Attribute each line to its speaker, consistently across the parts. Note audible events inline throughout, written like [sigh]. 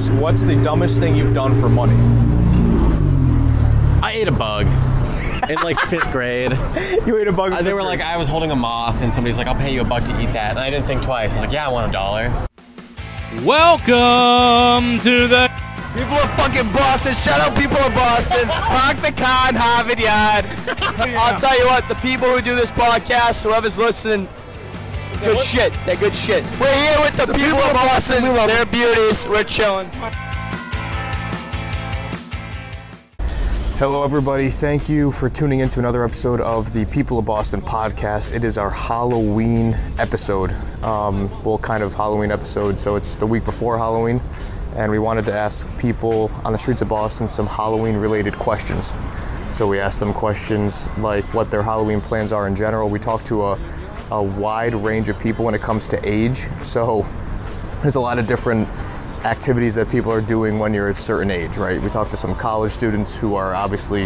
Speaker 1: is what's the dumbest thing you've done for money?
Speaker 2: I ate a bug in
Speaker 1: [laughs]
Speaker 2: like fifth grade.
Speaker 1: You ate a bug.
Speaker 2: Uh, They were like, I was holding a moth, and somebody's like, I'll pay you a buck to eat that. And I didn't think twice. I was like, yeah, I want a dollar.
Speaker 3: Welcome to the
Speaker 4: People are fucking Boston. Shout out people of [laughs] Boston. Park the car in Harvard Yard. I'll tell you what, the people who do this podcast, whoever's listening, good shit. They're good shit. We're here with the, people, of Boston. They're beauties. We're chilling.
Speaker 1: Hello, everybody. Thank you for tuning in to another episode of the People of Boston podcast. It is our Halloween episode. Um, well, kind of Halloween episode. So it's the week before Halloween, and we wanted to ask people on the streets of Boston some Halloween related questions. So we asked them questions like what their Halloween plans are in general. We talked to a, a wide range of people when it comes to age. So there's a lot of different activities that people are doing when you're a certain age, right? We talked to some college students who are obviously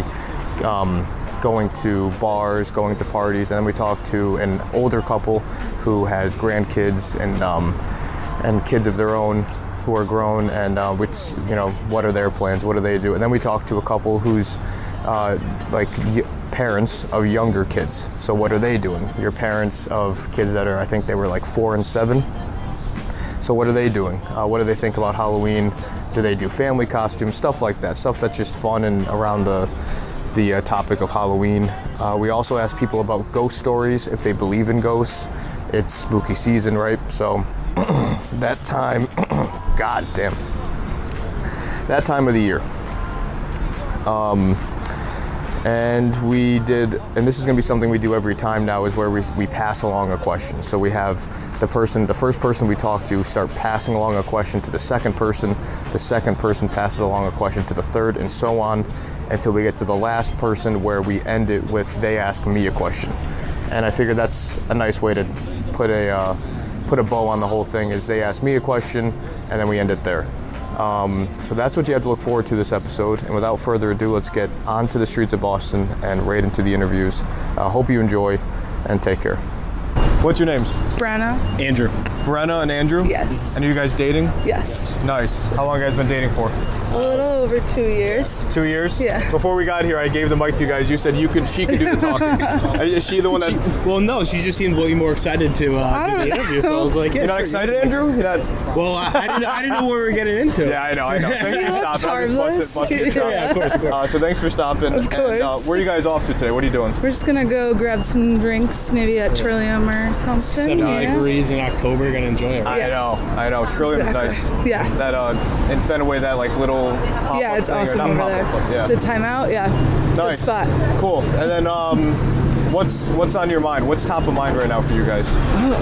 Speaker 1: um, going to bars, going to parties, and then we talked to an older couple who has grandkids and um, and kids of their own who are grown, and uh, which you know what are their plans, what do they do, and then we talked to a couple who's uh, like y- parents of younger kids. So what are they doing? Your parents of kids that are, I think they were like four and seven. So what are they doing? Uh, what do they think about Halloween? Do they do family costumes, stuff like that? Stuff that's just fun and around the the uh, topic of Halloween. Uh, we also ask people about ghost stories if they believe in ghosts. It's spooky season, right? So [clears throat] that time, [clears throat] god damn, that time of the year. Um, And we did, and this is going to be something we do every time now, is where we, we pass along a question. So we have the person, the first person we talk to, start passing along a question to the second person. The second person passes along a question to the third, and so on, until we get to the last person, where we end it with they ask me a question. And I figured that's a nice way to put a uh, put a bow on the whole thing. Is they ask me a question, and then we end it there. Um, so that's what you have to look forward to this episode. And without further ado, let's get onto the streets of Boston and right into the interviews. uh, hope you enjoy and take care. What's your names?
Speaker 5: Brenna?
Speaker 1: Andrew. Brenna and Andrew?
Speaker 5: Yes.
Speaker 1: And are you guys dating?
Speaker 5: Yes.
Speaker 1: Nice. How long you guys been dating for?
Speaker 5: A little over two years.
Speaker 1: Two years?
Speaker 5: Yeah.
Speaker 1: Before we got here, I gave the mic to you guys. You said you could, she could do
Speaker 6: [laughs]
Speaker 1: the talking. Is she the one that?
Speaker 6: Well, no, she just seemed way more excited to uh,
Speaker 5: I
Speaker 6: do the
Speaker 5: don't
Speaker 6: interview, so I was like, yeah.
Speaker 1: You're not
Speaker 6: sure.
Speaker 1: excited, Andrew? You're not?
Speaker 6: Well, I, I, didn't, I didn't know what we were getting into.
Speaker 1: Yeah, I know, I know. Thanks
Speaker 5: [laughs] You
Speaker 1: for
Speaker 5: looked
Speaker 1: stopping. I'm just busting,
Speaker 5: harmless.
Speaker 6: [laughs]
Speaker 1: busting your chops.
Speaker 6: Yeah, of course, of course.
Speaker 1: Uh, so thanks for stopping.
Speaker 5: Of
Speaker 1: And, uh,
Speaker 5: course.
Speaker 1: where are you guys off to today? What are you doing?
Speaker 5: We're just gonna go grab some drinks, maybe at Trillium or something.
Speaker 6: 70
Speaker 5: yeah.
Speaker 6: degrees in October, gonna enjoy it.
Speaker 1: I
Speaker 5: Yeah.
Speaker 1: know, I know. Trillium's
Speaker 5: Exactly.
Speaker 1: nice.
Speaker 5: Yeah.
Speaker 1: That uh, in Fenway, that like little. Pop-up
Speaker 5: Yeah, it's
Speaker 1: thing, or
Speaker 5: awesome
Speaker 1: not
Speaker 5: over there.
Speaker 1: pop-up, but Yeah.
Speaker 5: The timeout, yeah. Good
Speaker 1: nice.
Speaker 5: spot.
Speaker 1: Cool. And then um, what's what's on your mind? What's top of mind right now for you guys?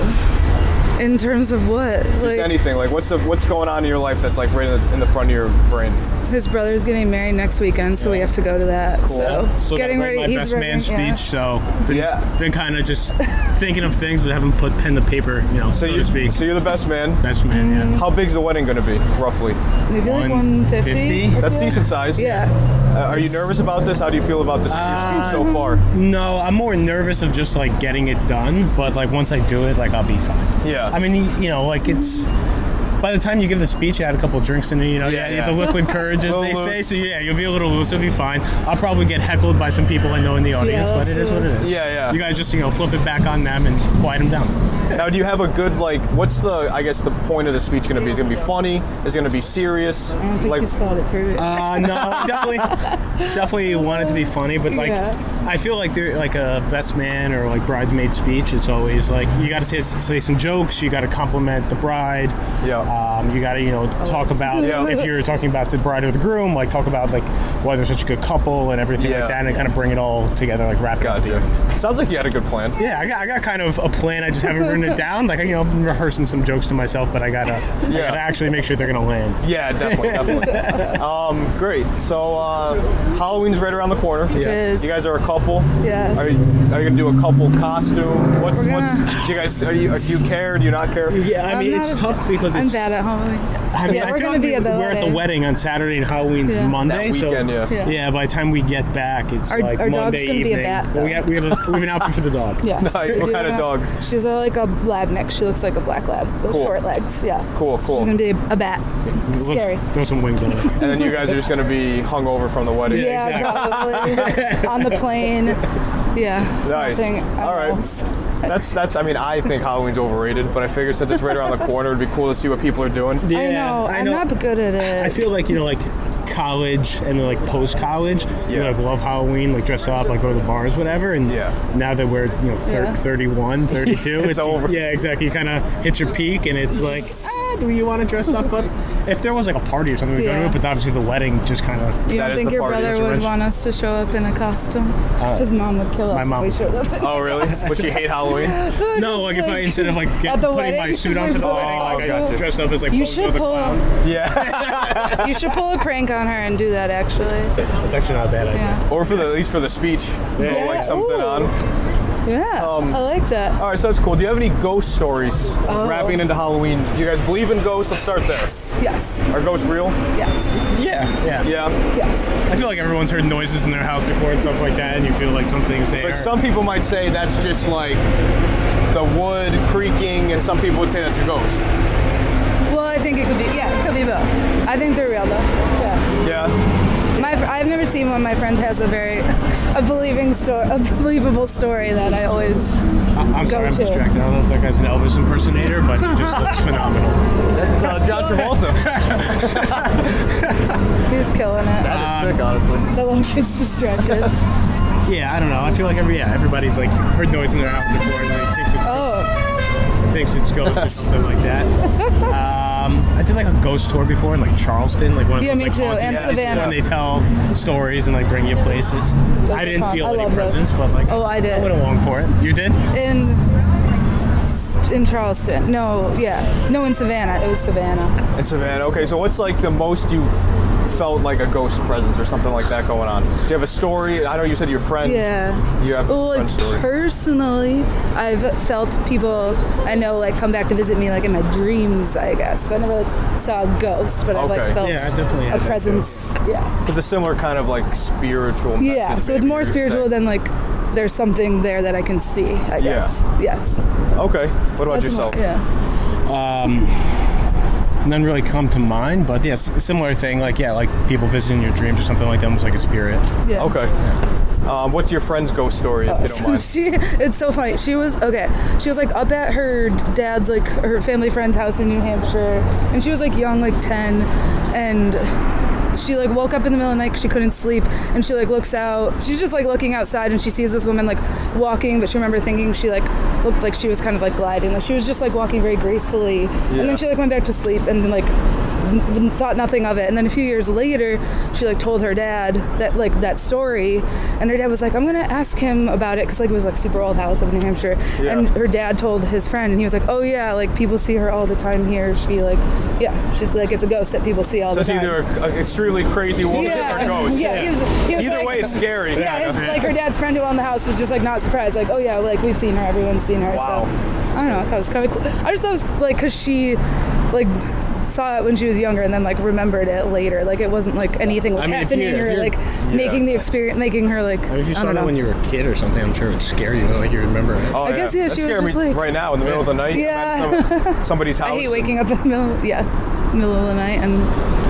Speaker 5: Oh. In terms of what?
Speaker 1: Just
Speaker 5: Like
Speaker 1: anything. Like what's the what's going on in your life that's like right in the, in the front of your brain?
Speaker 5: his brother's getting married next weekend, so we have to go to that. So
Speaker 6: Still
Speaker 5: getting
Speaker 6: gotta
Speaker 5: ready.
Speaker 6: write My
Speaker 5: he's
Speaker 6: best
Speaker 5: writing,
Speaker 6: man speech,
Speaker 5: yeah.
Speaker 6: so been,
Speaker 1: Yeah.
Speaker 6: been kind of
Speaker 5: [laughs]
Speaker 6: just thinking of things, but haven't put pen to paper, you know, so,
Speaker 1: So you
Speaker 6: to speak.
Speaker 1: so you're the best man.
Speaker 6: best man,
Speaker 1: How big's the wedding gonna be roughly?
Speaker 5: Mm. Maybe
Speaker 6: 150?
Speaker 5: like 150.
Speaker 1: That's decent size.
Speaker 5: Yeah.
Speaker 1: Uh, are you nervous about this? How do you feel about this your speech so far?
Speaker 6: yeah. Uh, No, I'm more nervous of just like getting it done, but like once I do it, like I'll be fine.
Speaker 1: Yeah.
Speaker 6: I mean, you know, like it's. By the time you give the speech, I had a couple drinks in you, you know,
Speaker 1: Yeah,
Speaker 6: yeah, you
Speaker 1: yeah. uh,
Speaker 6: have the liquid
Speaker 1: [laughs]
Speaker 6: courage, as
Speaker 1: Little
Speaker 6: they say.
Speaker 1: loose.
Speaker 6: So yeah, you'll be a little loose, you'll be fine. I'll probably get heckled by some people I know in the audience, but it
Speaker 5: that's
Speaker 6: is what it is.
Speaker 1: Yeah, yeah.
Speaker 6: You guys just you know flip it back on them and quiet them down.
Speaker 1: Now, do you have a good like? What's the? I guess the point of the speech going to be? Is it going to be funny? Is it going to be serious?
Speaker 5: I think
Speaker 1: like,
Speaker 5: he's thought it through.
Speaker 6: Uh, no, definitely, definitely want it to be funny, but like,
Speaker 5: Yeah.
Speaker 6: I feel like they're like a best man or like bridesmaid speech. It's always like you got to say, say some jokes, you got to compliment the bride.
Speaker 1: Yeah.
Speaker 6: Um, you got to you know talk about
Speaker 1: Yeah.
Speaker 6: if you're talking about the bride or the groom, like talk about like why they're such a good couple and everything
Speaker 1: Yeah.
Speaker 6: like that, and kind of bring it all together, like wrap it up. at the end.
Speaker 1: gotcha. [laughs] Sounds like you had a good plan.
Speaker 6: Yeah, I got, I got kind of a plan. I just haven't written it down. Like, you know, I'm rehearsing some jokes to myself, but I gotta, I
Speaker 1: Yeah.
Speaker 6: gotta actually make sure they're gonna land.
Speaker 1: Yeah, definitely,
Speaker 6: [laughs]
Speaker 1: definitely. um, great. So uh, Halloween's right around the corner.
Speaker 5: It is.
Speaker 1: You guys are a couple?
Speaker 5: Yes.
Speaker 1: Are you, are you gonna do a couple costume? What's
Speaker 5: We're
Speaker 1: what's?
Speaker 5: gonna-
Speaker 1: Do you guys are you, uh, do you care? Do you not care?
Speaker 6: Yeah, I
Speaker 5: I'm
Speaker 6: mean
Speaker 5: not
Speaker 6: it's
Speaker 5: a-
Speaker 6: tough because
Speaker 5: I'm
Speaker 6: it's.
Speaker 5: bad at Halloween.
Speaker 6: I mean,
Speaker 5: Yeah,
Speaker 6: I
Speaker 5: we're
Speaker 6: feel
Speaker 5: gonna
Speaker 6: like
Speaker 5: be
Speaker 6: we-
Speaker 5: at the
Speaker 6: we're at the
Speaker 5: wedding.
Speaker 6: wedding on Saturday and Halloween's
Speaker 5: Yeah.
Speaker 6: Monday,
Speaker 1: That
Speaker 6: so
Speaker 1: weekend, yeah.
Speaker 5: Yeah.
Speaker 6: Yeah, by the time we get back, it's
Speaker 5: Our-
Speaker 6: like
Speaker 5: our dog's
Speaker 6: Monday
Speaker 5: gonna be a
Speaker 6: evening.
Speaker 5: bat,
Speaker 6: But we have we have, a, we have an outfit for the dog.
Speaker 5: Yes.
Speaker 1: Nice.
Speaker 5: we
Speaker 1: What
Speaker 5: do
Speaker 1: kind of
Speaker 5: that.
Speaker 1: dog?
Speaker 5: She's a, like a lab mix. She looks like a black lab with
Speaker 1: Cool.
Speaker 5: short legs. Yeah.
Speaker 1: Cool, cool.
Speaker 5: She's gonna be a,
Speaker 6: [laughs]
Speaker 5: a bat.
Speaker 6: Look,
Speaker 5: Scary.
Speaker 6: Throw some wings on it.
Speaker 1: And then you guys are just gonna be hungover from the wedding.
Speaker 5: Yeah, probably on the plane. Yeah.
Speaker 1: Nice.
Speaker 5: Nothing
Speaker 1: All right.
Speaker 5: else.
Speaker 1: That's that's. I mean, I think Halloween's overrated, but I figured since it's right around the corner, it'd be cool to see what people are doing.
Speaker 6: Yeah,
Speaker 5: I know. I am not good at it.
Speaker 6: I feel like you know, like college and then like post college. You
Speaker 1: Yeah.
Speaker 6: like love Halloween, like dress up, like go to the bars, whatever. And
Speaker 1: Yeah.
Speaker 6: now that we're you know thir-
Speaker 5: Yeah.
Speaker 1: [laughs]
Speaker 6: 31, 32, it's,
Speaker 1: over.
Speaker 6: Yeah, exactly. You kind of hit your peak, and it's like, ah, do you want to dress up? But if there was like a party or something, we would go to
Speaker 5: Yeah.
Speaker 6: it. But obviously, the wedding just kind of.
Speaker 5: you
Speaker 1: That
Speaker 5: don't
Speaker 1: is
Speaker 5: think
Speaker 1: the
Speaker 5: your
Speaker 1: party,
Speaker 5: brother
Speaker 1: it's
Speaker 5: would
Speaker 1: rich.
Speaker 5: want us to show up in a costume? His mom would kill us
Speaker 6: Uh, my
Speaker 5: if
Speaker 6: mom
Speaker 5: we
Speaker 6: would
Speaker 5: showed up. [laughs]
Speaker 1: Oh, really? But you hate Halloween?
Speaker 6: No, like if I
Speaker 5: like-
Speaker 6: instead of like get,
Speaker 5: At the
Speaker 6: putting my
Speaker 5: wedding,
Speaker 6: suit on for the
Speaker 5: [laughs] we put
Speaker 6: wedding,
Speaker 5: it on.
Speaker 6: like I
Speaker 1: Gotcha.
Speaker 6: dressed up as like
Speaker 5: You
Speaker 6: Bozo
Speaker 5: should
Speaker 6: the
Speaker 5: pull
Speaker 6: clown.
Speaker 1: Yeah.
Speaker 5: you should pull a prank on her and do that actually.
Speaker 6: That's actually not a bad idea.
Speaker 5: Yeah.
Speaker 1: Or for the at least for the speech, throw
Speaker 5: Yeah.
Speaker 1: like something
Speaker 5: Ooh.
Speaker 1: on.
Speaker 5: Yeah. I like that.
Speaker 1: All right, so that's cool. Do you have any ghost stories
Speaker 5: Oh.
Speaker 1: wrapping into Halloween? Do you guys believe in ghosts? Let's start there.
Speaker 5: Yes.
Speaker 1: Are ghosts real?
Speaker 5: Yes.
Speaker 6: Yeah, yeah,
Speaker 1: Yeah.
Speaker 5: Yes.
Speaker 6: I feel like everyone's heard noises in their house before and stuff like that, and you feel like something's there.
Speaker 1: But some people might say that's just like the wood creaking, and some people would say that's a ghost.
Speaker 5: Well, I think it could be. Yeah, it could be both. I think they're real though. Yeah.
Speaker 1: Yeah.
Speaker 5: My fr- I've never seen one. My friend has a very [laughs] a believing story, a believable story that I always.
Speaker 6: I- I'm sorry, I'm
Speaker 5: go-to.
Speaker 6: distracted. I don't know if that guy's an Elvis impersonator, but he just
Speaker 1: [laughs]
Speaker 6: looks phenomenal.
Speaker 1: That's uh, John Travolta.
Speaker 6: [laughs]
Speaker 5: He's killing it. Um,
Speaker 1: That is sick, honestly.
Speaker 5: The little kid's distracted.
Speaker 6: Um, Yeah, I don't know. I feel like every yeah, everybody's like heard noise in their house before and like thinks it's
Speaker 5: Oh,
Speaker 6: thinks it's ghosts or something like that. Um, I did like a ghost tour before in like Charleston, like one of
Speaker 5: Yeah,
Speaker 6: those
Speaker 5: me
Speaker 6: like
Speaker 5: too,
Speaker 6: haunted
Speaker 5: and
Speaker 6: places
Speaker 5: Savannah.
Speaker 6: when they tell stories and like bring you places. I
Speaker 5: are
Speaker 6: didn't
Speaker 5: fun.
Speaker 6: feel
Speaker 5: I
Speaker 6: any
Speaker 5: love those.
Speaker 6: presence, but like
Speaker 5: Oh, I did.
Speaker 6: I went along for it. You did?
Speaker 5: in in Charleston. No, yeah, no, in Savannah. It was Savannah.
Speaker 1: And Savannah. Okay, so what's like the most you've felt like a ghost presence or something like that going on? Do you have a story? I know you said your friend.
Speaker 5: Yeah.
Speaker 1: You have a
Speaker 5: Well,
Speaker 1: friend
Speaker 5: like
Speaker 1: story.
Speaker 5: personally, I've felt people I know like come back to visit me like in my dreams. I guess so I never like saw a ghost, but I've
Speaker 1: Okay.
Speaker 5: like felt
Speaker 6: Yeah, I definitely had
Speaker 5: a
Speaker 6: that, too.
Speaker 5: presence. Yeah,
Speaker 1: It's a similar kind of like spiritual. Message
Speaker 5: yeah. So it's
Speaker 1: maybe
Speaker 5: more
Speaker 1: you'd say.
Speaker 5: spiritual than like there's something there that I can see. I guess. Yes.
Speaker 1: Okay. What about
Speaker 5: That's
Speaker 1: yourself?
Speaker 5: More, yeah.
Speaker 6: Um, None really come to mind, but yes, similar thing. Like yeah, like people visiting your dreams or something like that, almost like a spirit.
Speaker 5: Yeah.
Speaker 1: Okay. Um, what's your friend's ghost story,
Speaker 5: Oh,
Speaker 1: if you
Speaker 5: [laughs]
Speaker 1: don't mind?
Speaker 5: she it's so funny she was okay she was like up at her dad's like her family friend's house in new hampshire and she was like young like 10 and she like woke up in the middle of the night 'cause she couldn't sleep and she like looks out she's just like looking outside and she sees this woman like walking but she remember thinking she like looked like she was kind of like gliding like she was just like walking very gracefully and
Speaker 1: Yeah.
Speaker 5: then she like went back to sleep and then like n- thought nothing of it and then a few years later she like told her dad that like that story and her dad was like i'm gonna ask him about it because like it was like super old house up in new hampshire
Speaker 1: Yeah.
Speaker 5: and her dad told his friend and he was like oh yeah like people see her all the time here she like yeah she's like it's a ghost that people see all
Speaker 1: So
Speaker 5: the time
Speaker 1: it's either an extremely crazy woman or a ghost.
Speaker 5: yeah, [laughs] He was, he was
Speaker 1: Either
Speaker 5: like-
Speaker 1: way, it's scary.
Speaker 5: [laughs] Yeah, his, like her dad's friend who owned the house was just like not surprised. Like, oh yeah, like we've seen her, everyone's seen her.
Speaker 1: Wow.
Speaker 5: So I don't know. I thought it was kind of cool. I just thought it was like because she like saw it when she was younger and then like remembered it later. Like it wasn't like anything was
Speaker 6: I mean, if
Speaker 5: happening
Speaker 6: you're- if
Speaker 5: or
Speaker 6: you're-
Speaker 5: like making the experience, making her like.
Speaker 6: I mean, if you
Speaker 5: I
Speaker 6: saw
Speaker 5: don't
Speaker 6: that
Speaker 5: know.
Speaker 6: when you were a kid or something, I'm sure it would scare you. Like you remember it.
Speaker 1: Oh,
Speaker 5: I guess, yeah,
Speaker 1: that
Speaker 5: she was
Speaker 1: scared me
Speaker 5: just like-
Speaker 1: right now in the middle of the night. I'm at some- somebody's
Speaker 5: [laughs]
Speaker 1: house.
Speaker 5: I hate waking up in the middle, yeah, middle of the night and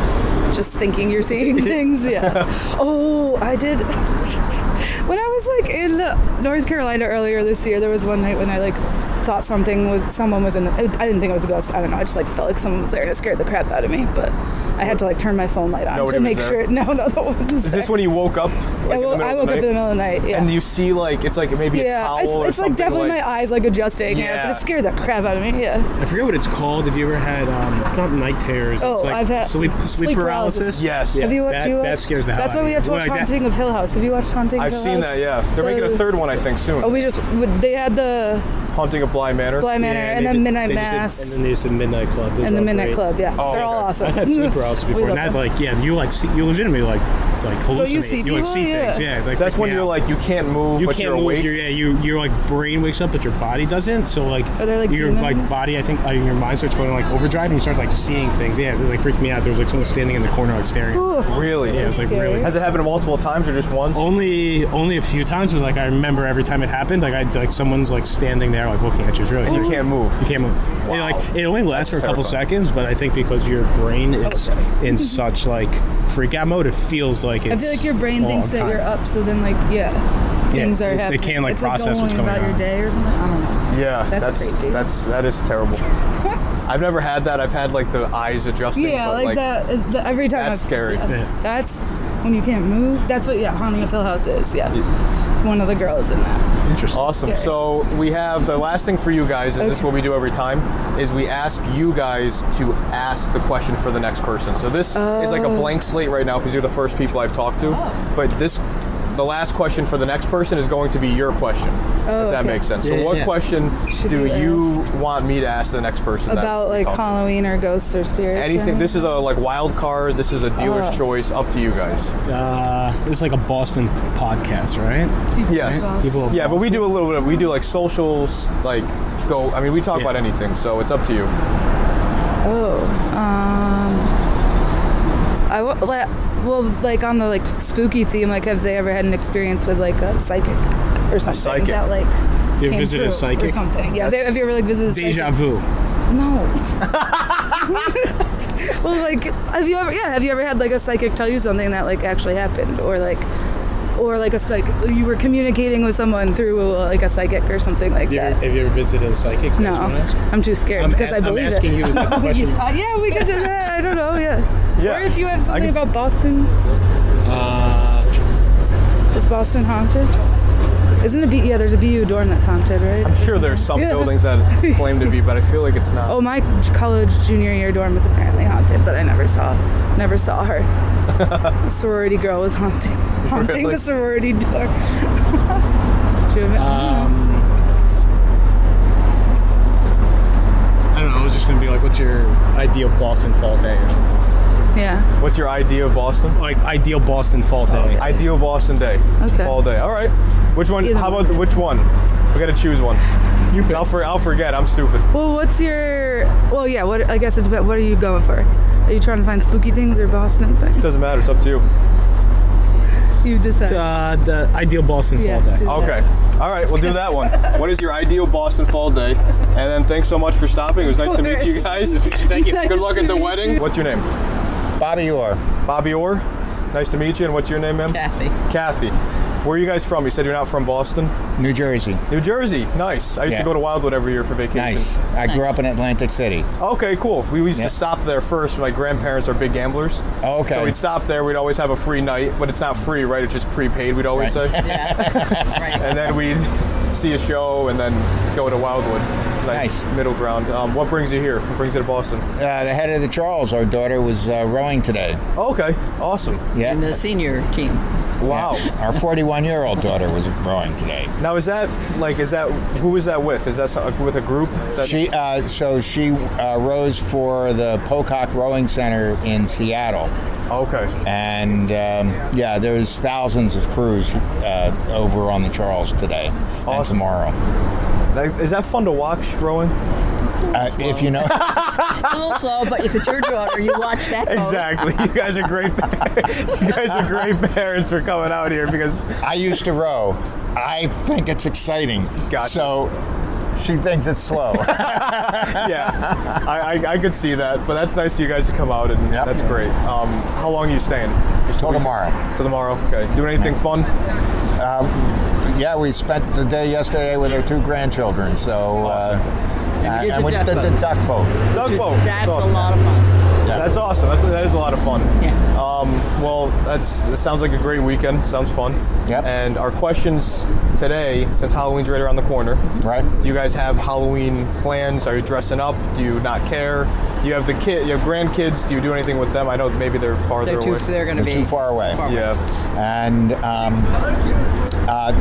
Speaker 5: just thinking you're
Speaker 1: [laughs]
Speaker 5: seeing things. Yeah. oh, I did. [laughs] when I was like in North Carolina earlier this year, there was one night when I like thought something was someone was in. The, I didn't think it was a ghost. I don't know. I just like felt like someone was there and it scared the crap out of me. But I had to like turn my phone light on
Speaker 1: Nobody
Speaker 5: to
Speaker 1: was
Speaker 5: make
Speaker 1: there?
Speaker 5: sure. [laughs] No, no, no one was
Speaker 1: Is this
Speaker 5: there.
Speaker 1: when you woke up?
Speaker 5: I,
Speaker 1: Like,
Speaker 5: wo-
Speaker 1: in the middle
Speaker 5: I
Speaker 1: of
Speaker 5: woke
Speaker 1: the
Speaker 5: up in the
Speaker 1: night?
Speaker 5: middle of the night. Yeah.
Speaker 1: And you see like it's like maybe a
Speaker 5: yeah,
Speaker 1: towel
Speaker 5: it's,
Speaker 1: or
Speaker 5: it's like
Speaker 1: something.
Speaker 5: definitely
Speaker 1: like,
Speaker 5: my eyes like adjusting
Speaker 1: Yeah.
Speaker 5: yeah. it, but it scared the crap out of me. Yeah,
Speaker 6: I forget what it's called. Have you ever had? Um, it's not night terrors.
Speaker 5: Oh,
Speaker 6: it's like
Speaker 5: I've had-
Speaker 6: sleep sleep,
Speaker 5: sleep
Speaker 6: paralysis.
Speaker 5: paralysis.
Speaker 1: Yes.
Speaker 5: Have you,
Speaker 6: that-
Speaker 5: do you
Speaker 6: that
Speaker 5: watch-
Speaker 6: scares the hell out
Speaker 5: That's why
Speaker 6: of
Speaker 5: we
Speaker 6: me.
Speaker 5: have to watch
Speaker 6: Like that-
Speaker 5: Haunting of Hill House. Oh, Have you watched Haunting
Speaker 1: I've
Speaker 5: of Hill
Speaker 1: seen
Speaker 5: House?
Speaker 1: that. Yeah, they're making a
Speaker 5: Those-
Speaker 1: third one I think soon.
Speaker 5: Oh, we just w- they had the
Speaker 1: Hunting of Bly Manor.
Speaker 5: Bly Manor,
Speaker 4: Yeah,
Speaker 5: and
Speaker 4: they
Speaker 5: then
Speaker 4: did-
Speaker 5: Midnight
Speaker 4: they just did-
Speaker 5: Mass,
Speaker 4: and then there's the Midnight Club. Those
Speaker 5: and
Speaker 4: are
Speaker 5: the
Speaker 4: all
Speaker 5: Midnight
Speaker 4: great.
Speaker 5: Club. Yeah,
Speaker 1: Oh,
Speaker 5: they're all
Speaker 1: okay.
Speaker 5: awesome.
Speaker 4: I've had sleeper
Speaker 5: [laughs]
Speaker 4: houses
Speaker 5: We
Speaker 4: before,
Speaker 5: love
Speaker 4: and I
Speaker 5: them.
Speaker 4: like yeah, you like see, you legitimately like like hallucinate.
Speaker 5: you see
Speaker 4: like see
Speaker 5: people?
Speaker 4: things.
Speaker 5: Yeah.
Speaker 4: Yeah, like,
Speaker 1: That's
Speaker 4: freak
Speaker 1: when
Speaker 4: me
Speaker 1: you're
Speaker 4: out.
Speaker 1: like you can't move,
Speaker 4: you
Speaker 1: but
Speaker 4: can't
Speaker 1: you're
Speaker 4: move.
Speaker 1: awake.
Speaker 4: Your, yeah, you your like brain wakes up, but your body doesn't. So like
Speaker 5: Are there, like,
Speaker 4: your like
Speaker 5: demons?
Speaker 4: body, I think like, your mind starts going like overdrive, and you start like seeing things. Yeah, it like freaked me out. There was like someone standing in the corner like staring. at me.
Speaker 1: really?
Speaker 4: Yeah, it was like
Speaker 5: Scary.
Speaker 4: really.
Speaker 1: Has it happened multiple times or just once?
Speaker 4: Only only a few times, but like I remember every time it happened, like I like someone's like standing there like looking at you. It's really
Speaker 1: You can't move.
Speaker 4: You can't move. It, like it only lasts for a couple seconds, but I think because your
Speaker 5: Oh,
Speaker 4: brain is in such like freak out mode, it feels like it's.
Speaker 5: I feel like your brain
Speaker 4: a
Speaker 5: thinks
Speaker 4: long
Speaker 5: that you're
Speaker 4: time.
Speaker 5: up, so then like yeah, things
Speaker 4: they-
Speaker 5: are
Speaker 4: they
Speaker 5: happening.
Speaker 4: can't, like,
Speaker 5: it's
Speaker 4: process
Speaker 5: like
Speaker 4: what's
Speaker 5: going
Speaker 4: going
Speaker 5: about your
Speaker 4: on.
Speaker 5: day or something. I don't know. That's
Speaker 1: Yeah, that's that's,
Speaker 5: crazy.
Speaker 1: that is
Speaker 5: [laughs]
Speaker 1: terrible. I've never had that. I've had like the eyes adjusting.
Speaker 5: Yeah,
Speaker 1: but,
Speaker 5: like, that is the, every time.
Speaker 1: That's
Speaker 5: I've-
Speaker 1: scary.
Speaker 5: yeah.
Speaker 4: Yeah.
Speaker 5: That's when you can't move. That's what yeah, Haunting of Hill House is. Yeah, one of the girls in that.
Speaker 4: Interesting.
Speaker 1: Awesome.
Speaker 5: Scary.
Speaker 1: So we have the last thing for you guys is this is what we do every time is we ask you guys to ask the question for the next person. So this is like a
Speaker 5: Oh.
Speaker 1: blank slate right now because you're the first people I've talked to. But this the last question for the next person is going to be your question. if that
Speaker 5: Oh, okay.
Speaker 1: makes sense.
Speaker 4: Yeah,
Speaker 1: so
Speaker 4: yeah,
Speaker 1: what
Speaker 4: yeah.
Speaker 1: question
Speaker 5: Should
Speaker 1: do
Speaker 5: we
Speaker 1: you want me to ask the next person that
Speaker 5: About
Speaker 1: we
Speaker 5: like
Speaker 1: talk to?
Speaker 5: Halloween or ghosts or spirits.
Speaker 1: Anything.
Speaker 5: and-
Speaker 1: This is a like wild card. This is a dealer's
Speaker 5: Oh.
Speaker 1: choice. Up to you guys.
Speaker 4: Uh, it's like a Boston podcast, right?
Speaker 5: People
Speaker 1: Yes.
Speaker 5: involved.
Speaker 4: People-
Speaker 1: Yeah, but we do a little bit of we do like socials, like go. I mean, we talk
Speaker 4: Yeah.
Speaker 1: about anything, so it's up to you.
Speaker 5: Oh, um, I wa- like well, like on the like spooky theme, like have they ever had an experience with like a psychic or something
Speaker 1: psychic.
Speaker 5: that like
Speaker 4: You
Speaker 5: came
Speaker 4: visited a
Speaker 5: true or
Speaker 4: psychic?
Speaker 5: something? Yeah, they, have you ever like visited a
Speaker 4: Deja
Speaker 5: psychic?
Speaker 4: vu.
Speaker 5: No. [laughs] well, like have you ever? Yeah, have you ever had like a psychic tell you something that like actually happened or like. Or like a like you were communicating with someone through like a psychic or something like
Speaker 4: You ever,
Speaker 5: that.
Speaker 4: have you ever visited a psychic? That's
Speaker 5: No,
Speaker 4: what I asked.
Speaker 5: I'm too scared
Speaker 4: I'm,
Speaker 5: because I
Speaker 4: am
Speaker 5: believe it. [laughs]
Speaker 4: asking you is that the question.
Speaker 5: Uh, yeah, we could do that. I don't know. Yeah.
Speaker 1: Yeah,
Speaker 5: Or if you have something
Speaker 1: I could-
Speaker 5: about Boston,
Speaker 4: Uh,
Speaker 5: is Boston haunted? Isn't a B? Yeah, there's a BU dorm that's haunted, right?
Speaker 1: I'm sure there's some
Speaker 5: Yeah. [laughs]
Speaker 1: buildings that claim to be, but I feel like it's not.
Speaker 5: Oh, my j- college junior year dorm was apparently haunted, but I never saw, never saw
Speaker 1: [laughs]
Speaker 5: her. the sorority girl was haunting, haunting
Speaker 1: Really?
Speaker 5: the sorority dorm. She was-
Speaker 4: Um, I don't know. It was just gonna be like, what's your ideal Boston fall day or something?
Speaker 5: yeah.
Speaker 1: What's your idea of Boston?
Speaker 4: Like ideal Boston fall day.
Speaker 1: Ideal Boston day.
Speaker 5: Okay.
Speaker 1: All day. All right. Which one?
Speaker 5: Either
Speaker 1: how
Speaker 5: one.
Speaker 1: about which one? We gotta choose one. You pick. I'll, for, I'll forget. I'm stupid.
Speaker 5: Well, what's your? Well, yeah. What I guess it's about. What are you going for? Are you trying to find spooky things or Boston
Speaker 1: [laughs]
Speaker 5: things?
Speaker 1: Doesn't matter. It's up to you.
Speaker 5: You decide.
Speaker 4: uh, the ideal Boston
Speaker 5: Yeah,
Speaker 4: fall day.
Speaker 5: do-
Speaker 1: Okay. All right. We'll do
Speaker 5: [laughs]
Speaker 1: that one. What is your ideal Boston fall day? And then thanks so much for stopping. It was nice to meet you
Speaker 5: course.
Speaker 1: guys.
Speaker 5: [laughs] Thank you.
Speaker 1: Good
Speaker 5: Nice
Speaker 1: luck
Speaker 5: to
Speaker 1: at the
Speaker 5: meet
Speaker 1: wedding.
Speaker 5: you.
Speaker 1: What's your name?
Speaker 7: Bobby Orr,
Speaker 1: Bobby Orr. Nice to meet you. And what's your name, ma'am?
Speaker 8: Kathy.
Speaker 1: Kathy. Where are you guys from? You said you're not from Boston.
Speaker 7: New Jersey.
Speaker 1: New Jersey. Nice. I used to
Speaker 7: Yeah.
Speaker 1: go to Wildwood every year for vacation.
Speaker 7: Nice. I grew up in Atlantic City.
Speaker 1: Okay, cool. We used
Speaker 7: Yeah.
Speaker 1: to stop there first. My grandparents are big gamblers.
Speaker 7: Oh, okay.
Speaker 1: So we'd stop there. We'd always have a free night, but it's not free, right? It's just prepaid, we'd always
Speaker 7: Right.
Speaker 1: say.
Speaker 8: [laughs] right.
Speaker 1: and then we'd see a show and then go to Wildwood. It's a nice,
Speaker 7: Nice.
Speaker 1: middle ground. Um, what brings you here? What brings you to Boston?
Speaker 7: Uh, the head of the Charles, our daughter was uh, rowing today.
Speaker 1: Okay, awesome.
Speaker 7: Yeah.
Speaker 8: And the senior team.
Speaker 1: Wow.
Speaker 7: Our 41 year old daughter was rowing today.
Speaker 1: Now, is that, like, is that, who is that with? Is that so- with a group? That,
Speaker 7: She uh, so she uh, rows for the Pocock Rowing Center in Seattle,
Speaker 1: okay.
Speaker 7: and um, yeah, there's thousands of crews uh, over on the Charles today and
Speaker 1: Awesome.
Speaker 7: tomorrow.
Speaker 1: That, is that fun to watch,
Speaker 8: [laughs]
Speaker 1: Rowan?
Speaker 7: Uh, if you know,
Speaker 8: A little slow, but if it's your daughter, you watch that. boat.
Speaker 1: Exactly. You guys are great. [laughs] you guys
Speaker 7: [laughs]
Speaker 1: are great parents for coming out here because
Speaker 7: I used to row. I think it's exciting.
Speaker 1: Gotcha.
Speaker 7: So she thinks it's
Speaker 1: [laughs]
Speaker 7: slow.
Speaker 1: yeah, I, I, I could see that, but that's nice of you guys to come out, and
Speaker 7: Yep.
Speaker 1: that's great. Um, how long are you staying? Just
Speaker 7: Till
Speaker 1: a week-
Speaker 7: tomorrow.
Speaker 1: Till tomorrow. Okay. Doing anything fun?
Speaker 7: Um, Yeah, we spent the day yesterday with our two grandchildren. So,
Speaker 1: Awesome.
Speaker 7: uh,
Speaker 8: And you did the
Speaker 7: we
Speaker 8: duck
Speaker 7: did the
Speaker 8: boat.
Speaker 7: duck boat.
Speaker 1: Duck
Speaker 8: Which is-
Speaker 1: boat.
Speaker 8: That's a
Speaker 1: awesome.
Speaker 8: lot of fun.
Speaker 1: That's awesome. That's, that is a lot of fun.
Speaker 8: Yeah.
Speaker 1: Um, well, that's that sounds like a great weekend. Sounds fun.
Speaker 7: Yep.
Speaker 1: And our questions today, since Halloween's right around the corner,
Speaker 7: Mm-hmm. Right?
Speaker 1: do you guys have Halloween plans? Are you dressing up? Do you not care? Do you have the kid? You have grandkids? Do you do anything with them? I know maybe they're farther
Speaker 8: They're too.
Speaker 1: away.
Speaker 8: They're going to
Speaker 7: They're
Speaker 8: be
Speaker 7: too far away.
Speaker 1: yeah.
Speaker 7: And um, uh,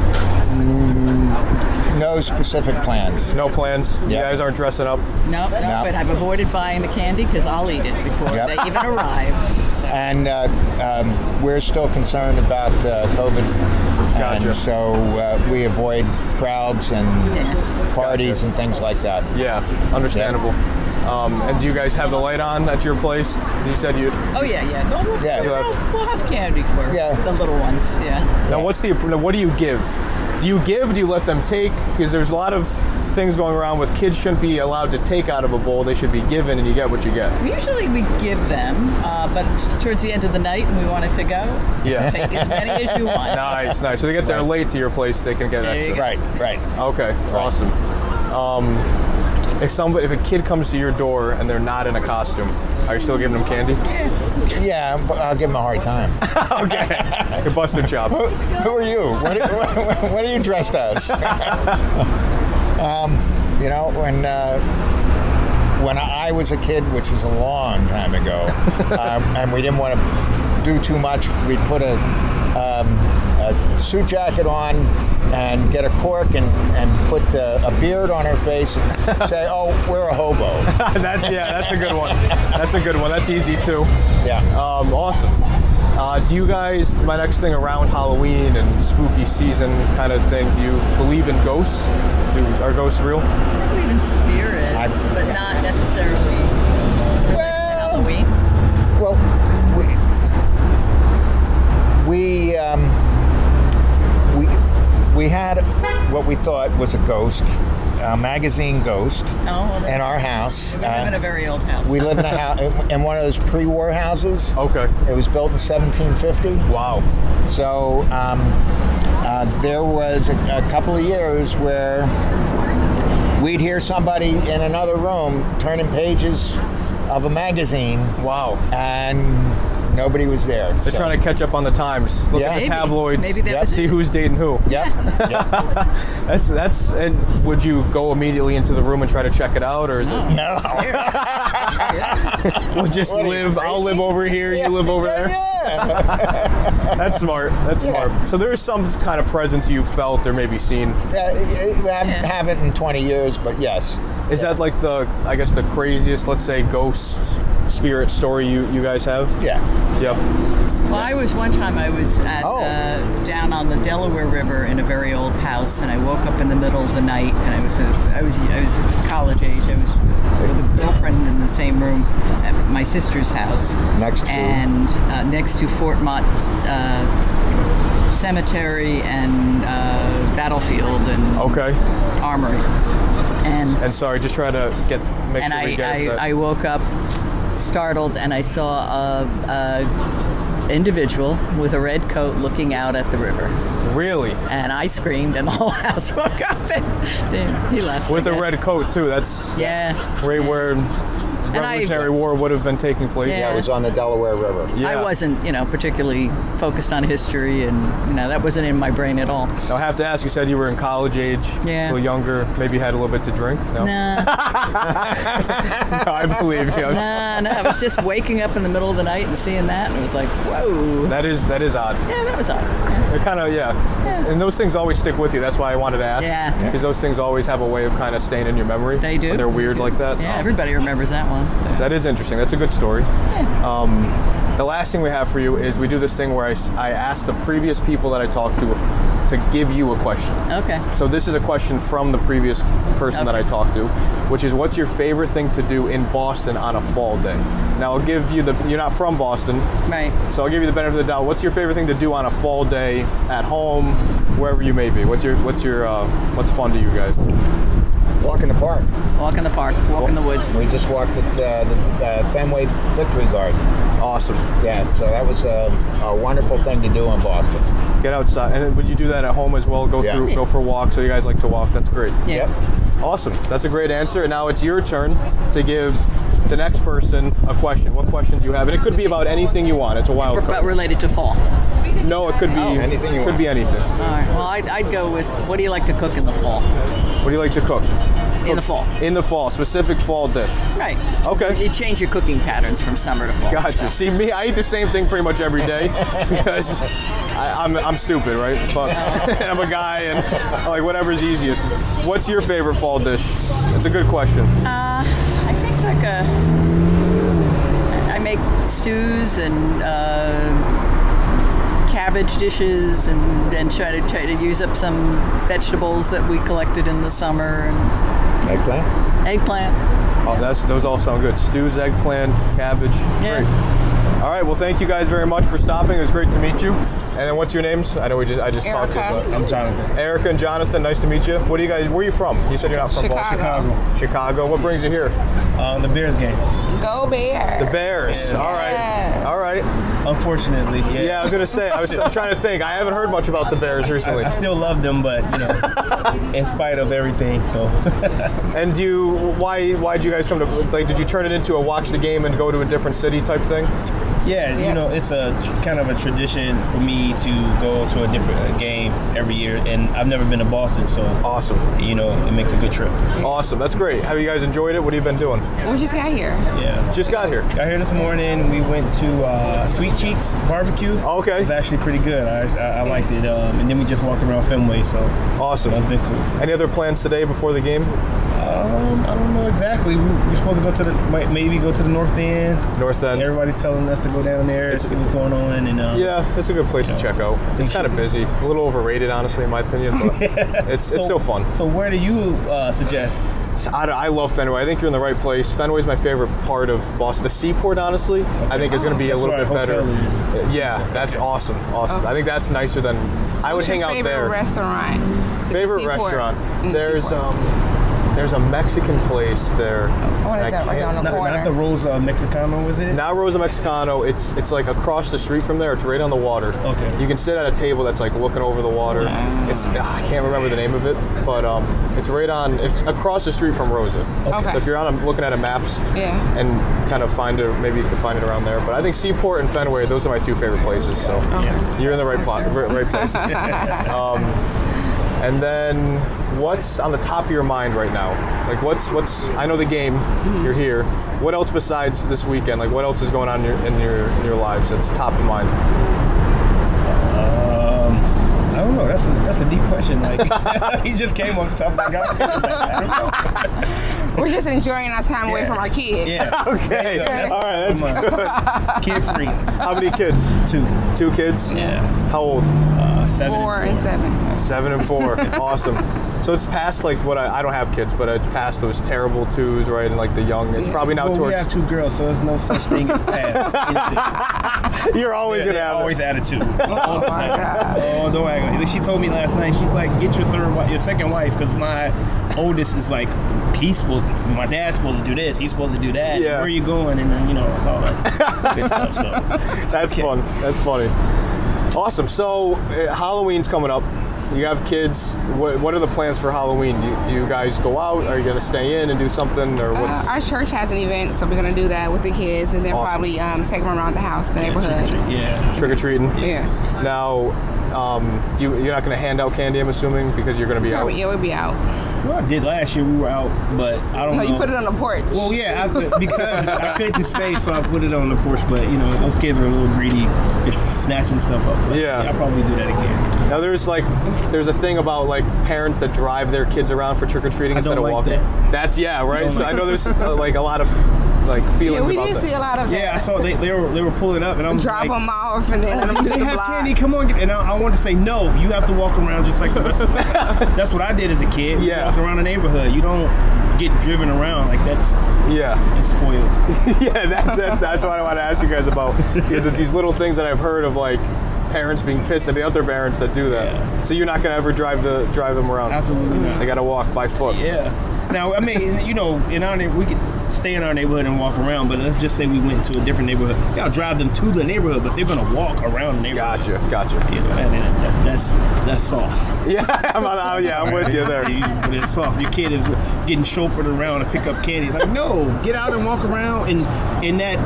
Speaker 7: mm, no specific plans.
Speaker 1: No plans. You
Speaker 7: Yeah.
Speaker 1: guys aren't dressing up.
Speaker 8: No, no,
Speaker 7: No.
Speaker 8: but I've avoided buying the candy because I'll eat it before
Speaker 7: Yep.
Speaker 8: they even
Speaker 7: [laughs]
Speaker 8: arrive. So,
Speaker 7: And uh, um, we're still concerned about uh, COVID.
Speaker 1: Gotcha.
Speaker 7: And so uh, we avoid crowds and
Speaker 8: Yeah.
Speaker 7: parties and things like that.
Speaker 1: Yeah, understandable. Um, and do you guys have the light on at your place? You said you.
Speaker 8: oh yeah, yeah. No, we'll,
Speaker 7: Yeah.
Speaker 8: we'll, we'll have candy for
Speaker 7: Yeah.
Speaker 8: the little ones. Yeah.
Speaker 1: Now, what's the? now What do you give? Do you give? Do you let them take? Because there's a lot of things going around with kids shouldn't be allowed to take out of a bowl. They should be given, and you get what you get.
Speaker 8: Usually we give them, uh, but towards the end of the night when we want it to go,
Speaker 1: Yeah.
Speaker 8: take as many as you
Speaker 7: [laughs]
Speaker 8: want.
Speaker 1: nice, nice. So they get there late to your place, they can get
Speaker 8: There you
Speaker 1: extra.
Speaker 8: go.
Speaker 7: Right, right.
Speaker 1: Okay, awesome. Um, if some, if a kid comes to your door and they're not in a costume, are you still giving them candy?
Speaker 7: Yeah, but I'll give them a hard time.
Speaker 1: You're busting chop.
Speaker 7: Who- Who are you? What are, [laughs] what, what are you dressed as? [laughs] um, you know, when uh, when I was a kid, which was a long time ago, um, and we didn't want to do too much, we put a, um, a suit jacket on and get a cork and, and put uh, a beard on her face and say, oh, we're a hobo.
Speaker 1: [laughs] that's yeah, that's a good one. That's a good one. That's easy too.
Speaker 7: Yeah.
Speaker 1: Um, awesome. Uh, do you guys, my next thing around Halloween and spooky season kind of thing, do you believe in ghosts? Do, are ghosts real?
Speaker 8: I believe in spirits,
Speaker 7: I've-
Speaker 8: but not necessarily related to Halloween.
Speaker 7: Well, we we um, we we had what we thought was a ghost, a magazine ghost,
Speaker 8: Oh, well, that's-
Speaker 7: in our house.
Speaker 8: We live in a very old house.
Speaker 7: uh, we live
Speaker 8: [laughs]
Speaker 7: in a house in one of those pre-war houses.
Speaker 1: Okay.
Speaker 7: It was built in 1750.
Speaker 1: Wow.
Speaker 7: So um, uh, there was a, a couple of years where we'd hear somebody in another room turning pages of a magazine
Speaker 1: Wow.
Speaker 7: and nobody was there.
Speaker 1: They're trying to catch up on the times. Look
Speaker 7: Yeah.
Speaker 1: at the
Speaker 7: Maybe.
Speaker 1: tabloids.
Speaker 8: Maybe that
Speaker 7: Yep.
Speaker 8: was
Speaker 1: See who's dating who. [laughs]
Speaker 7: Yeah. yeah.
Speaker 1: That's that's. And would you go immediately into the room and try to check it out, or is it?
Speaker 7: [laughs] No.
Speaker 1: We'll just
Speaker 7: What are you,
Speaker 1: live. I'll
Speaker 7: crazy?
Speaker 1: live over here. You live over there.
Speaker 7: Yeah.
Speaker 1: [laughs] That's smart. That's
Speaker 7: Yeah.
Speaker 1: smart. So there's some kind of presence you felt or maybe seen.
Speaker 7: Uh, I
Speaker 8: Yeah.
Speaker 7: haven't in 20 years, but yes.
Speaker 1: Is that like the I guess the craziest, let's say, ghost spirit story you you guys have?
Speaker 7: Yeah.
Speaker 1: Yep.
Speaker 8: Well, I was one time I was at
Speaker 7: Oh.
Speaker 8: uh, down on the Delaware River in a very old house, and I woke up in the middle of the night, and I was a, I was I was college age. I was with a girlfriend in the same room at my sister's house,
Speaker 7: Next to-
Speaker 8: and uh, next to Fort Mott uh, Cemetery and uh, Battlefield and
Speaker 1: Okay.
Speaker 8: Armory, and
Speaker 1: And sorry, just try to get make
Speaker 8: and
Speaker 1: sure we
Speaker 8: I,
Speaker 1: get that.
Speaker 8: I, I woke up startled and I saw a, a individual with a red coat looking out at the river
Speaker 1: really
Speaker 8: and I screamed and the [laughs] whole house woke up and then he left
Speaker 1: with a red coat too. That's
Speaker 8: yeah
Speaker 1: right where
Speaker 8: I-
Speaker 1: Revolutionary War would have been taking place.
Speaker 8: Yeah.
Speaker 7: I was on the Delaware River.
Speaker 8: I wasn't, you know, particularly focused on history, and you know that wasn't in my brain at all.
Speaker 1: Now, I have to ask. You said you were in college age,
Speaker 8: Yeah.
Speaker 1: a little younger. Maybe had a little bit to drink. No,
Speaker 8: Nah,
Speaker 1: No, [laughs] I believe you.
Speaker 8: [laughs] nah, nah. I was just waking up in the middle of the night and seeing that, and it was like, whoa.
Speaker 1: That is that is odd.
Speaker 8: Yeah, that was odd.
Speaker 1: It kind of yeah. and those things always stick with you. That's why I wanted to ask.
Speaker 8: Yeah.
Speaker 1: because those things always have a way of kind of staying in your memory.
Speaker 8: They do.
Speaker 1: When they're weird like that.
Speaker 8: Yeah,
Speaker 1: Um,
Speaker 8: everybody remembers that one.
Speaker 1: That is interesting. That's a good story. Um, the last thing we have for you is we do this thing where I, s- I ask the previous people that I talked to to give you a question.
Speaker 8: Okay.
Speaker 1: So this is a question from the previous person that I talked to, which is what's your favorite thing to do in Boston on a fall day? Now I'll give you the you're not from Boston,
Speaker 8: Right.
Speaker 1: so I'll give you the benefit of the doubt. What's your favorite thing to do on a fall day at home, wherever you may be? What's your what's your uh, what's fun to you guys?
Speaker 7: Walk in the park.
Speaker 8: Walk in the park. Walk in the woods.
Speaker 7: We just walked at uh, the uh, Fenway Victory Garden.
Speaker 1: Awesome.
Speaker 7: Yeah, so that was a, a wonderful thing to do in Boston.
Speaker 1: Get outside. And then would you do that at home as well? Go
Speaker 7: Yeah.
Speaker 1: through go for walks. So you guys like to walk. That's great.
Speaker 8: Yeah.
Speaker 1: Awesome. That's a great answer. And now it's your turn to give the next person a question. What question do you have? And it could be about anything you want. It's a wild
Speaker 8: Re- But
Speaker 1: card.
Speaker 8: related to fall.
Speaker 1: No, it could be
Speaker 8: Oh.
Speaker 7: Anything you
Speaker 1: Could
Speaker 7: want.
Speaker 1: be anything.
Speaker 8: All right. Well, I'd, I'd go with what do you like to cook in the fall?
Speaker 1: What do you like to cook?
Speaker 8: in the fall.
Speaker 1: In the fall, specific fall dish.
Speaker 8: Right.
Speaker 1: Okay.
Speaker 8: It changed your cooking patterns from summer to fall.
Speaker 1: Gotcha.
Speaker 8: so.
Speaker 1: See me, I eat the same thing pretty much every
Speaker 4: [laughs]
Speaker 1: day because I, I'm, I'm stupid, right? Fuck. [laughs] and I'm a guy, and I'm like whatever's easiest. What's your favorite fall dish? It's a good question.
Speaker 8: Uh, I think like a. I make stews and uh, cabbage dishes and, and try to try to use up some vegetables that we collected in the summer and
Speaker 7: Eggplant?
Speaker 8: eggplant.
Speaker 1: Oh, that's those all sound good. Stews, eggplant, cabbage.
Speaker 8: Yeah.
Speaker 1: Great. All right. Well, thank you guys very much for stopping. It was great to meet you. And then what's your names? I know we just I just talked to
Speaker 9: Erica.
Speaker 1: you. But I'm Jonathan. Erica and Jonathan. Nice to meet you. What do you guys? Where are you from? You said you're not from Boston.
Speaker 9: Chicago.
Speaker 1: Chicago. What brings you here?
Speaker 4: Uh, the Bears game,
Speaker 9: Go Bear.
Speaker 1: The Bears. All right.
Speaker 9: Yeah.
Speaker 1: All right.
Speaker 4: unfortunately. Yeah.
Speaker 1: Yeah, I was gonna say. I was I'm trying to think. I haven't heard much about the Bears recently.
Speaker 4: I still love them, but you know, in spite of everything. So
Speaker 1: And do you? Why? Why did you guys come to? Like, did you turn it into a watch the game and go to a different city type thing?
Speaker 4: yeah,
Speaker 9: Yeah.
Speaker 4: you know, it's a tr- kind of a tradition for me to go to a different uh, game every year, and I've never been to Boston, so
Speaker 1: Awesome.
Speaker 4: you know, it makes a good trip.
Speaker 1: Awesome. That's great. Have you guys enjoyed it? What have you been doing?
Speaker 9: We just got here.
Speaker 4: Yeah.
Speaker 1: Just got here.
Speaker 4: Got here this morning. We went to uh, Sweet Cheeks Barbecue.
Speaker 1: Okay.
Speaker 4: It was actually pretty good. I, I, I liked it. Um, and then we just walked around Fenway, so
Speaker 1: Awesome.
Speaker 4: that's been cool.
Speaker 1: Any other plans today before the game?
Speaker 4: Um, I don't know exactly. We, we're supposed to go to the might- maybe go to the North End.
Speaker 1: North End.
Speaker 4: Everybody's telling us to go down there and see what's going on. And um,
Speaker 1: Yeah, that's a good place to check out. It's kind of busy, a little overrated, honestly, in my opinion,
Speaker 4: [laughs]
Speaker 1: but it's it's so fun.
Speaker 4: So where do you uh, suggest?
Speaker 1: I, I love Fenway. I think you're in the right place. Fenway's my favorite part of Boston. The Seaport, honestly, I think is going to be a little
Speaker 4: where
Speaker 1: bit better.
Speaker 4: our hotel
Speaker 1: Yeah, that's awesome. Awesome. I think that's nicer than I would
Speaker 9: What's your
Speaker 1: hang out
Speaker 9: favorite
Speaker 1: there.
Speaker 9: Restaurant. at the
Speaker 1: favorite
Speaker 9: Seaport?
Speaker 1: restaurant.
Speaker 9: Mm,
Speaker 1: there's
Speaker 9: Seaport. Oh,
Speaker 1: um, there's a Mexican place there.
Speaker 9: what is
Speaker 1: and I
Speaker 9: that right
Speaker 1: can't-
Speaker 9: down the
Speaker 4: Not,
Speaker 9: corner?
Speaker 4: not the Rosa Mexicano, was it?
Speaker 1: Not Rosa Mexicano. It's it's like across the street from there. It's right on the water.
Speaker 4: Okay.
Speaker 1: You can sit at a table that's like looking over the water. It's ah, I can't remember the name of it, but um, it's right on. It's across the street from Rosa.
Speaker 9: Okay.
Speaker 1: So if you're on a, looking at a maps.
Speaker 9: Yeah.
Speaker 1: And kind of find it. Maybe you can find it around there. But I think Seaport and Fenway. Those are my two favorite places. So you're in the right plot, right, right places. um, and then what's on the top of your mind right now? Like what's what's I know the game, you're here. What else besides this weekend? Like what else is going on in your in your, in your lives that's top of mind?
Speaker 4: Um, I don't know. That's a that's a deep question. Like [laughs] he just came off the top
Speaker 1: [laughs]
Speaker 4: of my gut.
Speaker 9: We're just enjoying our time away from our kids.
Speaker 4: yeah.
Speaker 1: [laughs] Okay. All right, that's
Speaker 4: Come on. [laughs] Kid free.
Speaker 1: how many kids?
Speaker 4: Two.
Speaker 1: Two kids?
Speaker 4: Yeah.
Speaker 1: How old?
Speaker 4: Uh, seven.
Speaker 9: Four and seven.
Speaker 1: Seven and
Speaker 4: [laughs]
Speaker 1: four. awesome. So it's past like what I, I don't have kids, but it's past those terrible twos, right? And like the young. It's probably now
Speaker 4: Well, we have
Speaker 1: towards.
Speaker 4: two girls, so there's no such thing as past. Anything.
Speaker 1: [laughs] You're always
Speaker 4: Yeah,
Speaker 1: gonna
Speaker 4: they
Speaker 1: have. it. [laughs]
Speaker 4: always attitude. All the [laughs] time. Oh, don't act. She told me last night. She's like, get your third, wife, your second wife, because my oldest is like, he's supposed. To, my dad's supposed to do this. He's supposed to do that.
Speaker 1: Yeah.
Speaker 4: Where are you going? And then you know, it's
Speaker 1: [laughs]
Speaker 4: all that good stuff. So.
Speaker 1: That's fun. That's funny. Awesome. So uh, Halloween's coming up. You have kids. What, what are the plans for Halloween? Do you, do you guys go out? Are you gonna stay in and do something, or
Speaker 9: Uh,
Speaker 1: what's?
Speaker 9: our church has an event, so we're gonna do that with the kids, and then
Speaker 1: Awesome.
Speaker 9: probably um, take them around the house, the neighborhood.
Speaker 4: Yeah.
Speaker 1: Trick or treating.
Speaker 9: Yeah,
Speaker 1: Now, um, do you, you're not gonna hand out candy, I'm assuming, because you're gonna be
Speaker 9: yeah,
Speaker 1: out.
Speaker 9: we- yeah, we'll be out.
Speaker 4: Well, I did last year. We were out, but I don't
Speaker 9: No,
Speaker 4: know.
Speaker 9: you put it on the porch.
Speaker 4: Well, yeah, I
Speaker 9: [laughs]
Speaker 4: put, because I couldn't stay, so I put it on the porch. But you know, those kids were a little greedy, just snatching stuff up. So,
Speaker 1: Yeah.
Speaker 4: I'll probably do that again.
Speaker 1: Now there's like, there's a thing about like parents that drive their kids around for trick or treating
Speaker 4: I
Speaker 1: instead of
Speaker 4: don't like
Speaker 1: walking.
Speaker 4: that.
Speaker 1: That's yeah, right. so I know there's uh, like a lot of like
Speaker 9: yeah,
Speaker 1: feelings
Speaker 9: we
Speaker 1: about
Speaker 9: did
Speaker 1: that.
Speaker 9: see a lot of that.
Speaker 4: Yeah, I saw they, they were they were pulling up, and I'm
Speaker 9: Drop
Speaker 4: like,
Speaker 9: them off and then let them do
Speaker 4: they
Speaker 9: the
Speaker 4: have
Speaker 9: block.
Speaker 4: candy. Come on, get- and I, I wanted to say no. You have to walk around just like the rest. of
Speaker 9: [laughs]
Speaker 4: us. That's what I did as a kid. You
Speaker 1: Yeah.
Speaker 4: walk around the neighborhood. You don't get driven around like that's
Speaker 1: yeah.
Speaker 4: that's
Speaker 9: [laughs]
Speaker 4: spoiled.
Speaker 1: yeah, that's, that's that's what I want to ask you guys about because it's these little things that I've heard of like parents being pissed at the other parents that do that.
Speaker 4: Yeah.
Speaker 1: So you're not gonna ever drive the drive them around.
Speaker 4: Absolutely not.
Speaker 1: They gotta walk by foot.
Speaker 4: Yeah. Now, I mean, you know, in our neighborhood, we could stay in our neighborhood and walk around, but let's just say we went to a different neighborhood. Y'all drive them to the neighborhood, but they're gonna walk around the neighborhood.
Speaker 1: Gotcha, gotcha.
Speaker 4: You know, and then that's that's that's
Speaker 1: [laughs]
Speaker 4: soft.
Speaker 1: Yeah, I'm, I'm- yeah, I'm with you there.
Speaker 4: You- but it's soft. Your kid is getting chauffeured around to pick up candy. Like, no, get out and walk around. And in that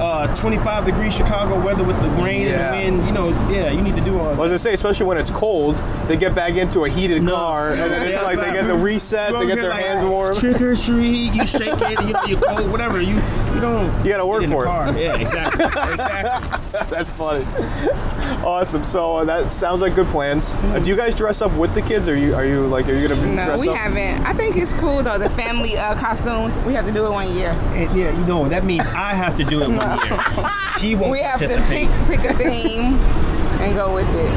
Speaker 4: uh, 25 degree Chicago weather with the rain
Speaker 1: Yeah.
Speaker 4: and the wind. You know, yeah, you need to do all
Speaker 1: Well,
Speaker 4: that.
Speaker 1: as I say, especially when it's cold, they get back into a heated
Speaker 4: No.
Speaker 1: car, and then it's
Speaker 4: Yeah,
Speaker 1: like they get the reset,
Speaker 4: Bro,
Speaker 1: they get
Speaker 4: you're
Speaker 1: their
Speaker 4: like,
Speaker 1: hands warm.
Speaker 4: Trick or treat, you shake it,
Speaker 1: [laughs]
Speaker 4: you you cold, whatever. You you don't.
Speaker 1: You gotta work
Speaker 4: get in
Speaker 1: for it.
Speaker 4: the car. Yeah, exactly. exactly.
Speaker 1: [laughs] That's funny. awesome. So uh, that sounds like good plans.
Speaker 4: Hmm.
Speaker 1: Uh, do you guys dress up with the kids? Are you are you like are you gonna be
Speaker 9: No,
Speaker 1: dress
Speaker 9: we
Speaker 1: up?
Speaker 9: haven't. I think it's cool though. The family uh, costumes. We have to do it one year.
Speaker 4: And yeah, you know that means I have to do it one year. She won't
Speaker 9: We have to
Speaker 4: participate.
Speaker 9: pick pick a theme and go with it.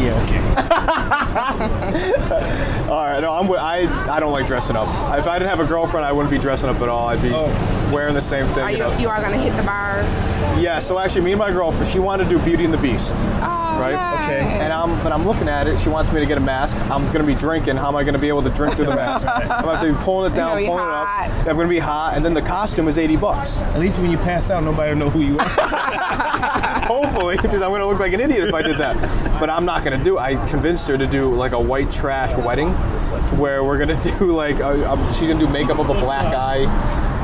Speaker 4: Yeah, okay.
Speaker 1: [laughs] All right. No, I'm. wi- I I don't like dressing up. If I didn't have a girlfriend, I wouldn't be dressing up at all. I'd be
Speaker 4: Oh.
Speaker 1: wearing the same thing.
Speaker 9: Are
Speaker 1: you
Speaker 9: you
Speaker 1: know?
Speaker 9: you are gonna hit the bars?
Speaker 1: Yeah. So actually, me and my girlfriend, she wanted to do Beauty and the Beast.
Speaker 9: Oh,
Speaker 1: Right?
Speaker 9: nice.
Speaker 4: Okay.
Speaker 1: And I'm, but I'm looking at it. She wants me to get a mask. I'm gonna be drinking. How am I gonna be able to drink through the
Speaker 4: [laughs]
Speaker 1: mask? I'm gonna have to be pulling it down,
Speaker 9: gonna be
Speaker 1: pulling
Speaker 9: hot.
Speaker 1: it up. I'm gonna be hot, and then the costume is 80 bucks.
Speaker 4: At least when you pass out, nobody will know who you are.
Speaker 1: Hopefully, [laughs] because I'm gonna look like an idiot if I did that. But I'm not gonna do. I convinced her to do like a white trash wedding, where we're gonna [laughs] do like a, a- she's gonna do makeup of a black eye,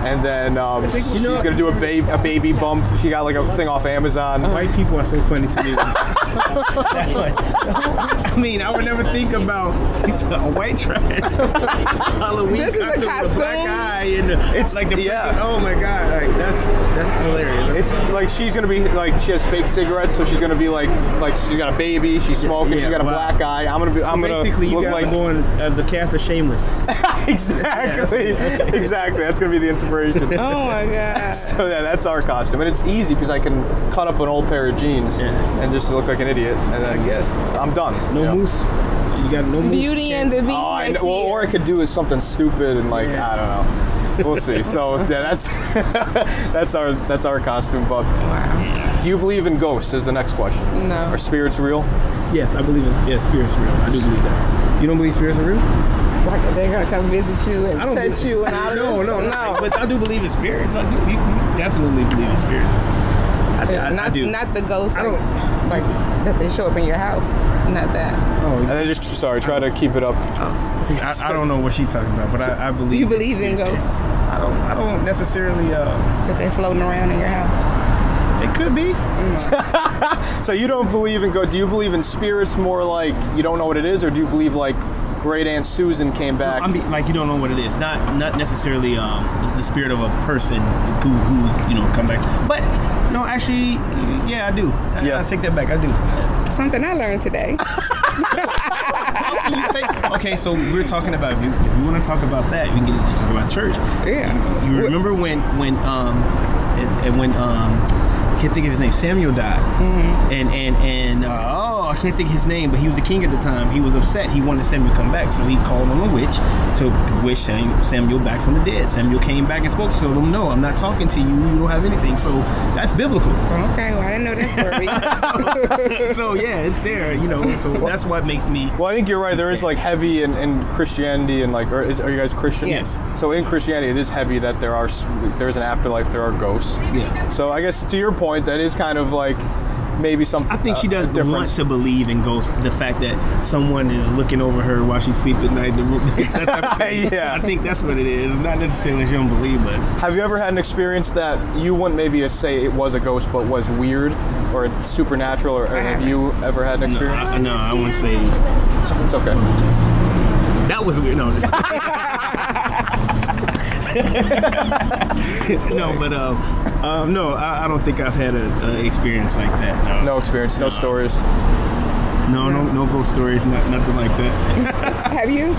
Speaker 1: and then um, she's
Speaker 4: know-
Speaker 1: gonna do a baby a baby bump. She got like a thing off Amazon.
Speaker 4: Uh, White people are so funny
Speaker 1: [laughs]
Speaker 4: to me. Oh
Speaker 8: [laughs]
Speaker 4: That's like- I mean, I would never think about [laughs]
Speaker 1: [laughs]
Speaker 4: white trash Halloween
Speaker 9: This is a
Speaker 4: costume with a black
Speaker 9: costume?
Speaker 4: eye and the,
Speaker 1: It's-
Speaker 4: it's like the
Speaker 1: yeah.
Speaker 4: freaking- oh my god, like that's that's hilarious.
Speaker 1: It's like she's gonna be like she has fake cigarettes, so she's gonna be like like she's got a baby, she's smoking,
Speaker 4: yeah,
Speaker 1: she's got a
Speaker 4: wow.
Speaker 1: black eye. I'm gonna be I'm gonna
Speaker 4: Basically, you
Speaker 1: look
Speaker 4: guys
Speaker 1: like
Speaker 4: are going uh, the cast of Shameless.
Speaker 1: [laughs] [laughs] exactly exactly. That's gonna be the inspiration.
Speaker 9: Oh my god.
Speaker 1: [laughs] So [laughs] yeah, that's our costume, and it's easy because I can cut up an old pair of jeans
Speaker 4: Yeah.
Speaker 1: and just look like an idiot, and then
Speaker 4: I guess.
Speaker 1: I'm done.
Speaker 4: No
Speaker 1: you know?
Speaker 4: moose. You got no moose.
Speaker 9: Beauty and the Beast.
Speaker 1: Oh, I
Speaker 9: next
Speaker 1: know- well,
Speaker 9: year.
Speaker 1: or I could do is something stupid and like
Speaker 4: Yeah.
Speaker 1: I don't know. We'll
Speaker 4: [laughs]
Speaker 1: see. So yeah, that's [laughs] that's our that's our costume, Bob. Do you believe in ghosts? Is the next question.
Speaker 9: No.
Speaker 1: Are spirits real?
Speaker 4: Yes, I believe in yeah, spirits are real. I do believe that. You don't believe spirits are real?
Speaker 9: Like, they're gonna come visit you and
Speaker 4: I don't
Speaker 9: touch
Speaker 4: be-
Speaker 9: you and all
Speaker 4: [laughs] No,
Speaker 9: this.
Speaker 4: no,
Speaker 9: no.
Speaker 4: no. But I do believe in spirits. I do. You, you definitely believe in spirits. I, do- I,
Speaker 9: not,
Speaker 4: I do.
Speaker 9: not the ghost.
Speaker 4: I don't-
Speaker 9: Like, like that they show up in your house. Not that.
Speaker 1: And
Speaker 4: oh,
Speaker 1: then just sorry, try to keep it up.
Speaker 4: I, I don't know what she's talking about, but I, I believe.
Speaker 9: You believe in
Speaker 4: spirits.
Speaker 9: ghosts?
Speaker 4: I don't. I don't necessarily. Uh,
Speaker 9: That they're floating around in your house.
Speaker 4: it could be.
Speaker 1: [laughs] So you don't believe in go? Do you believe in spirits more like you don't know what it is, or do you believe like Great Aunt Susan came back?
Speaker 4: I mean, like you don't know what it is. Not not necessarily um, the spirit of a person who who's you know come back. But no, actually, yeah, I do. I,
Speaker 1: Yeah.
Speaker 4: I take that back. I do.
Speaker 9: Something I learned
Speaker 4: [laughs]
Speaker 9: today.
Speaker 4: you say, okay, so we we're talking about if you, if you want to talk about that, we can get into talk about church.
Speaker 9: Yeah.
Speaker 4: You, you remember when when um and, and when um I can't think of his name. Samuel died,
Speaker 9: Mm-hmm.
Speaker 4: and and and uh, oh, I can't think of his name, but he was the king at the time. He was upset. He wanted Samuel to come back, so he called on a witch to wish Sam- Samuel back from the dead. Samuel came back and spoke to him. No, I'm not talking to you. You don't have anything. So that's biblical
Speaker 9: okay, well I didn't know that
Speaker 4: [laughs]
Speaker 9: story.
Speaker 4: so yeah, it's there, you know.
Speaker 1: [laughs]
Speaker 4: So that's what makes me.
Speaker 1: well, I think you're right. There is like heavy in, in Christianity and like, or is, are you guys Christian?
Speaker 4: Yes.
Speaker 1: So in Christianity, it is heavy that there are s- there's an afterlife, there are ghosts.
Speaker 4: Yeah.
Speaker 1: So I guess to your point, that is kind of like maybe uh, something.
Speaker 4: I think she does not want to believe in ghosts. The fact that someone is looking over her while she sleeps at night. [laughs] The, room- that type of thing.
Speaker 1: Yeah.
Speaker 4: I think that's what it is. Not necessarily she don't believe, but
Speaker 1: Have you ever had an experience that you wouldn't maybe say it was a ghost, but was weird or supernatural, or, or have you ever had an
Speaker 4: no,
Speaker 1: experience?
Speaker 4: I, no, I wouldn't say
Speaker 1: It's okay.
Speaker 4: that was weird. No, [laughs] no, but um, um, no, I, I don't think I've had an experience like that. No.
Speaker 1: No experience, no stories.
Speaker 4: No, no, no ghost stories, not, nothing like
Speaker 9: [laughs]
Speaker 4: that.
Speaker 9: Have you?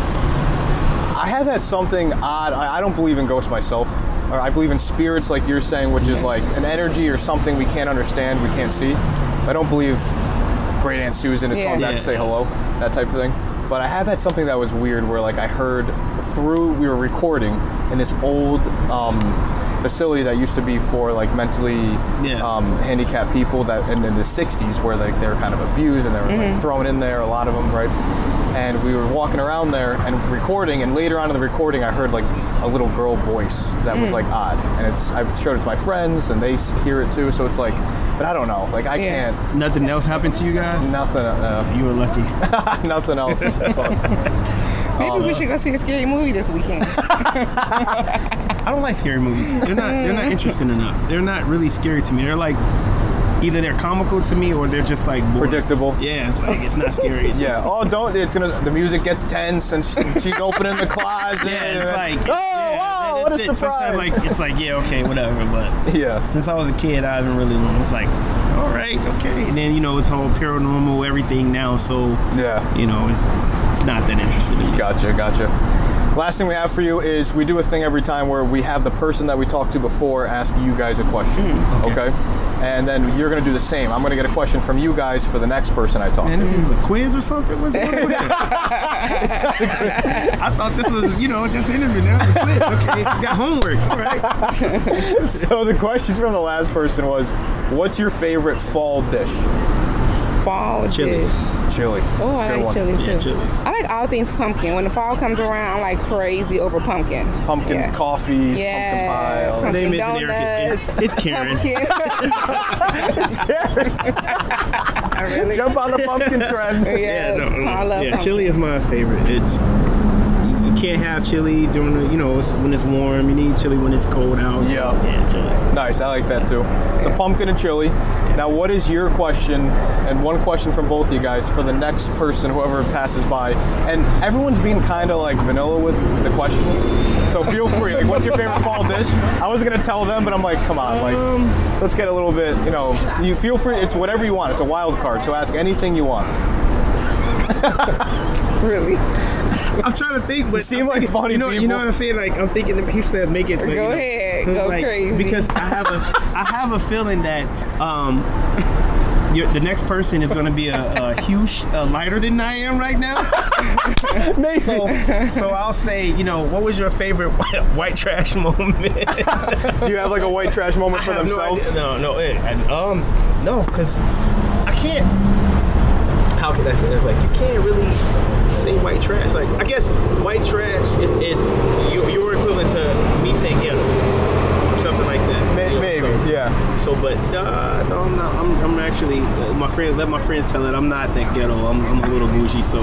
Speaker 1: I have had something odd. I, I don't believe in ghosts myself. Or I believe in spirits, like you're saying, which is like an energy or something we can't understand, we can't see. I don't believe Great Aunt Susan is
Speaker 9: Yeah.
Speaker 1: coming back
Speaker 4: Yeah.
Speaker 1: to say hello, that type of thing. But I have had something that was weird, where like I heard through we were recording in this old um, facility that used to be for like mentally
Speaker 4: Yeah.
Speaker 1: um, handicapped people that in, in the 60s where like they were kind of abused and they were
Speaker 9: Mm-hmm.
Speaker 1: like, thrown in there a lot of them right and we were walking around there and recording and later on in the recording i heard like a little girl voice that was like odd and it's i've showed it to my friends and they s- hear it too so it's like but i don't know like i can't
Speaker 4: Nothing else happened to you guys?
Speaker 1: [laughs] nothing uh,
Speaker 4: [laughs] You were lucky.
Speaker 1: nothing else but
Speaker 9: Maybe
Speaker 4: Oh,
Speaker 9: we should go see a scary movie this weekend.
Speaker 4: I don't like scary movies. They're not
Speaker 1: [laughs]
Speaker 4: they're not interesting enough. They're not really scary to me. They're like either they're comical to me or they're just like boring.
Speaker 1: Predictable.
Speaker 4: Yeah, it's like it's not scary.
Speaker 1: [laughs]
Speaker 4: It's
Speaker 1: Yeah. Oh, don't. [laughs] It's gonna. The music gets tense, and she, she's opening the closet.
Speaker 4: Yeah, it's like
Speaker 1: Oh,
Speaker 4: yeah,
Speaker 1: wow!
Speaker 4: that-
Speaker 1: What a
Speaker 4: that's it.
Speaker 1: surprise!
Speaker 4: Sometimes like it's like yeah, okay, whatever. But
Speaker 1: yeah.
Speaker 4: since I was a kid, I haven't really. It's like all right, okay. And then you know it's all paranormal everything now, so
Speaker 1: Yeah.
Speaker 4: you know it's it's not that interesting. To me.
Speaker 1: Gotcha, gotcha. Last thing we have for you is we do a thing every time where we have the person that we talked to before ask you guys a question.
Speaker 9: Hmm,
Speaker 1: Okay. And then you're gonna do the same. I'm gonna get a question from you guys for the next person I talk
Speaker 4: Man,
Speaker 1: to.
Speaker 4: this is a quiz or something. What's what is this? I thought this was you know just an interview. Now it's a quiz. Okay, you got homework. All
Speaker 1: [laughs]
Speaker 4: right.
Speaker 9: [laughs]
Speaker 1: So the question from the last person was, "What's your favorite fall dish?"
Speaker 9: fall
Speaker 4: Chili.
Speaker 9: dish.
Speaker 1: Chili.
Speaker 9: Oh,
Speaker 1: That's a
Speaker 9: I like
Speaker 1: good one.
Speaker 9: chili too.
Speaker 4: Yeah, chili.
Speaker 9: I like all things pumpkin. When the fall comes around, I'm like crazy over pumpkin.
Speaker 1: Pumpkin
Speaker 9: yeah.
Speaker 1: coffee,
Speaker 9: Yeah.
Speaker 1: pumpkin pie.
Speaker 4: Her
Speaker 9: Pumpkin
Speaker 4: name isn't Erica.
Speaker 9: donuts.
Speaker 4: It's,
Speaker 9: [laughs]
Speaker 4: it's Karen.
Speaker 9: Pumpkin.
Speaker 1: [laughs]
Speaker 5: [laughs]
Speaker 9: I really [laughs]
Speaker 1: Jump on the pumpkin trend.
Speaker 9: Yes,
Speaker 4: yeah, no,
Speaker 9: I love
Speaker 4: yeah,
Speaker 9: pumpkin.
Speaker 4: chili is my favorite. It's you you can't have chili during the, you know it's, when it's warm. You need chili when it's cold out. So,
Speaker 1: Yeah.
Speaker 4: yeah, chili.
Speaker 1: Nice, I like that too. It's a pumpkin and chili. Now, what is your question, and one question from both you guys for the next person, whoever passes by? And everyone's being kind of like vanilla with the questions, so feel free. Like, what's your favorite fall dish? I was gonna tell them, but I'm like, come on,
Speaker 4: Um,
Speaker 1: like, let's get a little bit. You know, you feel free. It's whatever you want. It's a wild card, so ask anything you want.
Speaker 9: really.
Speaker 4: I'm trying to think, but you
Speaker 1: seem like funny
Speaker 4: You know, you
Speaker 1: people.
Speaker 4: know what I'm saying? Like I'm thinking that he said make it. Like,
Speaker 9: Go
Speaker 4: you know,
Speaker 9: ahead,
Speaker 4: so it's
Speaker 9: go crazy.
Speaker 4: Because I have a I have a feeling that um. [laughs] Your, the next person is going to be a, a huge uh, lighter than I am
Speaker 1: [laughs]
Speaker 4: right now. So, so I'll say, you know, what was your favorite [laughs] white trash moment?
Speaker 1: Do you have like a white trash moment for
Speaker 4: [laughs] I have no
Speaker 1: themselves?
Speaker 4: idea. No, no, eh, and, um, no, because I can't. How can I say this? Like, you can't really say white trash. Like, I guess white trash is, is your, your equivalent to me saying ghetto, something like that.
Speaker 1: May-
Speaker 4: You know,
Speaker 1: maybe,
Speaker 4: so-
Speaker 1: yeah.
Speaker 4: So, but uh, no, I'm not. I'm, I'm actually uh, my friend. Let my friends tell it. I'm not that ghetto. I'm, I'm a little
Speaker 1: [laughs]
Speaker 4: bougie. So,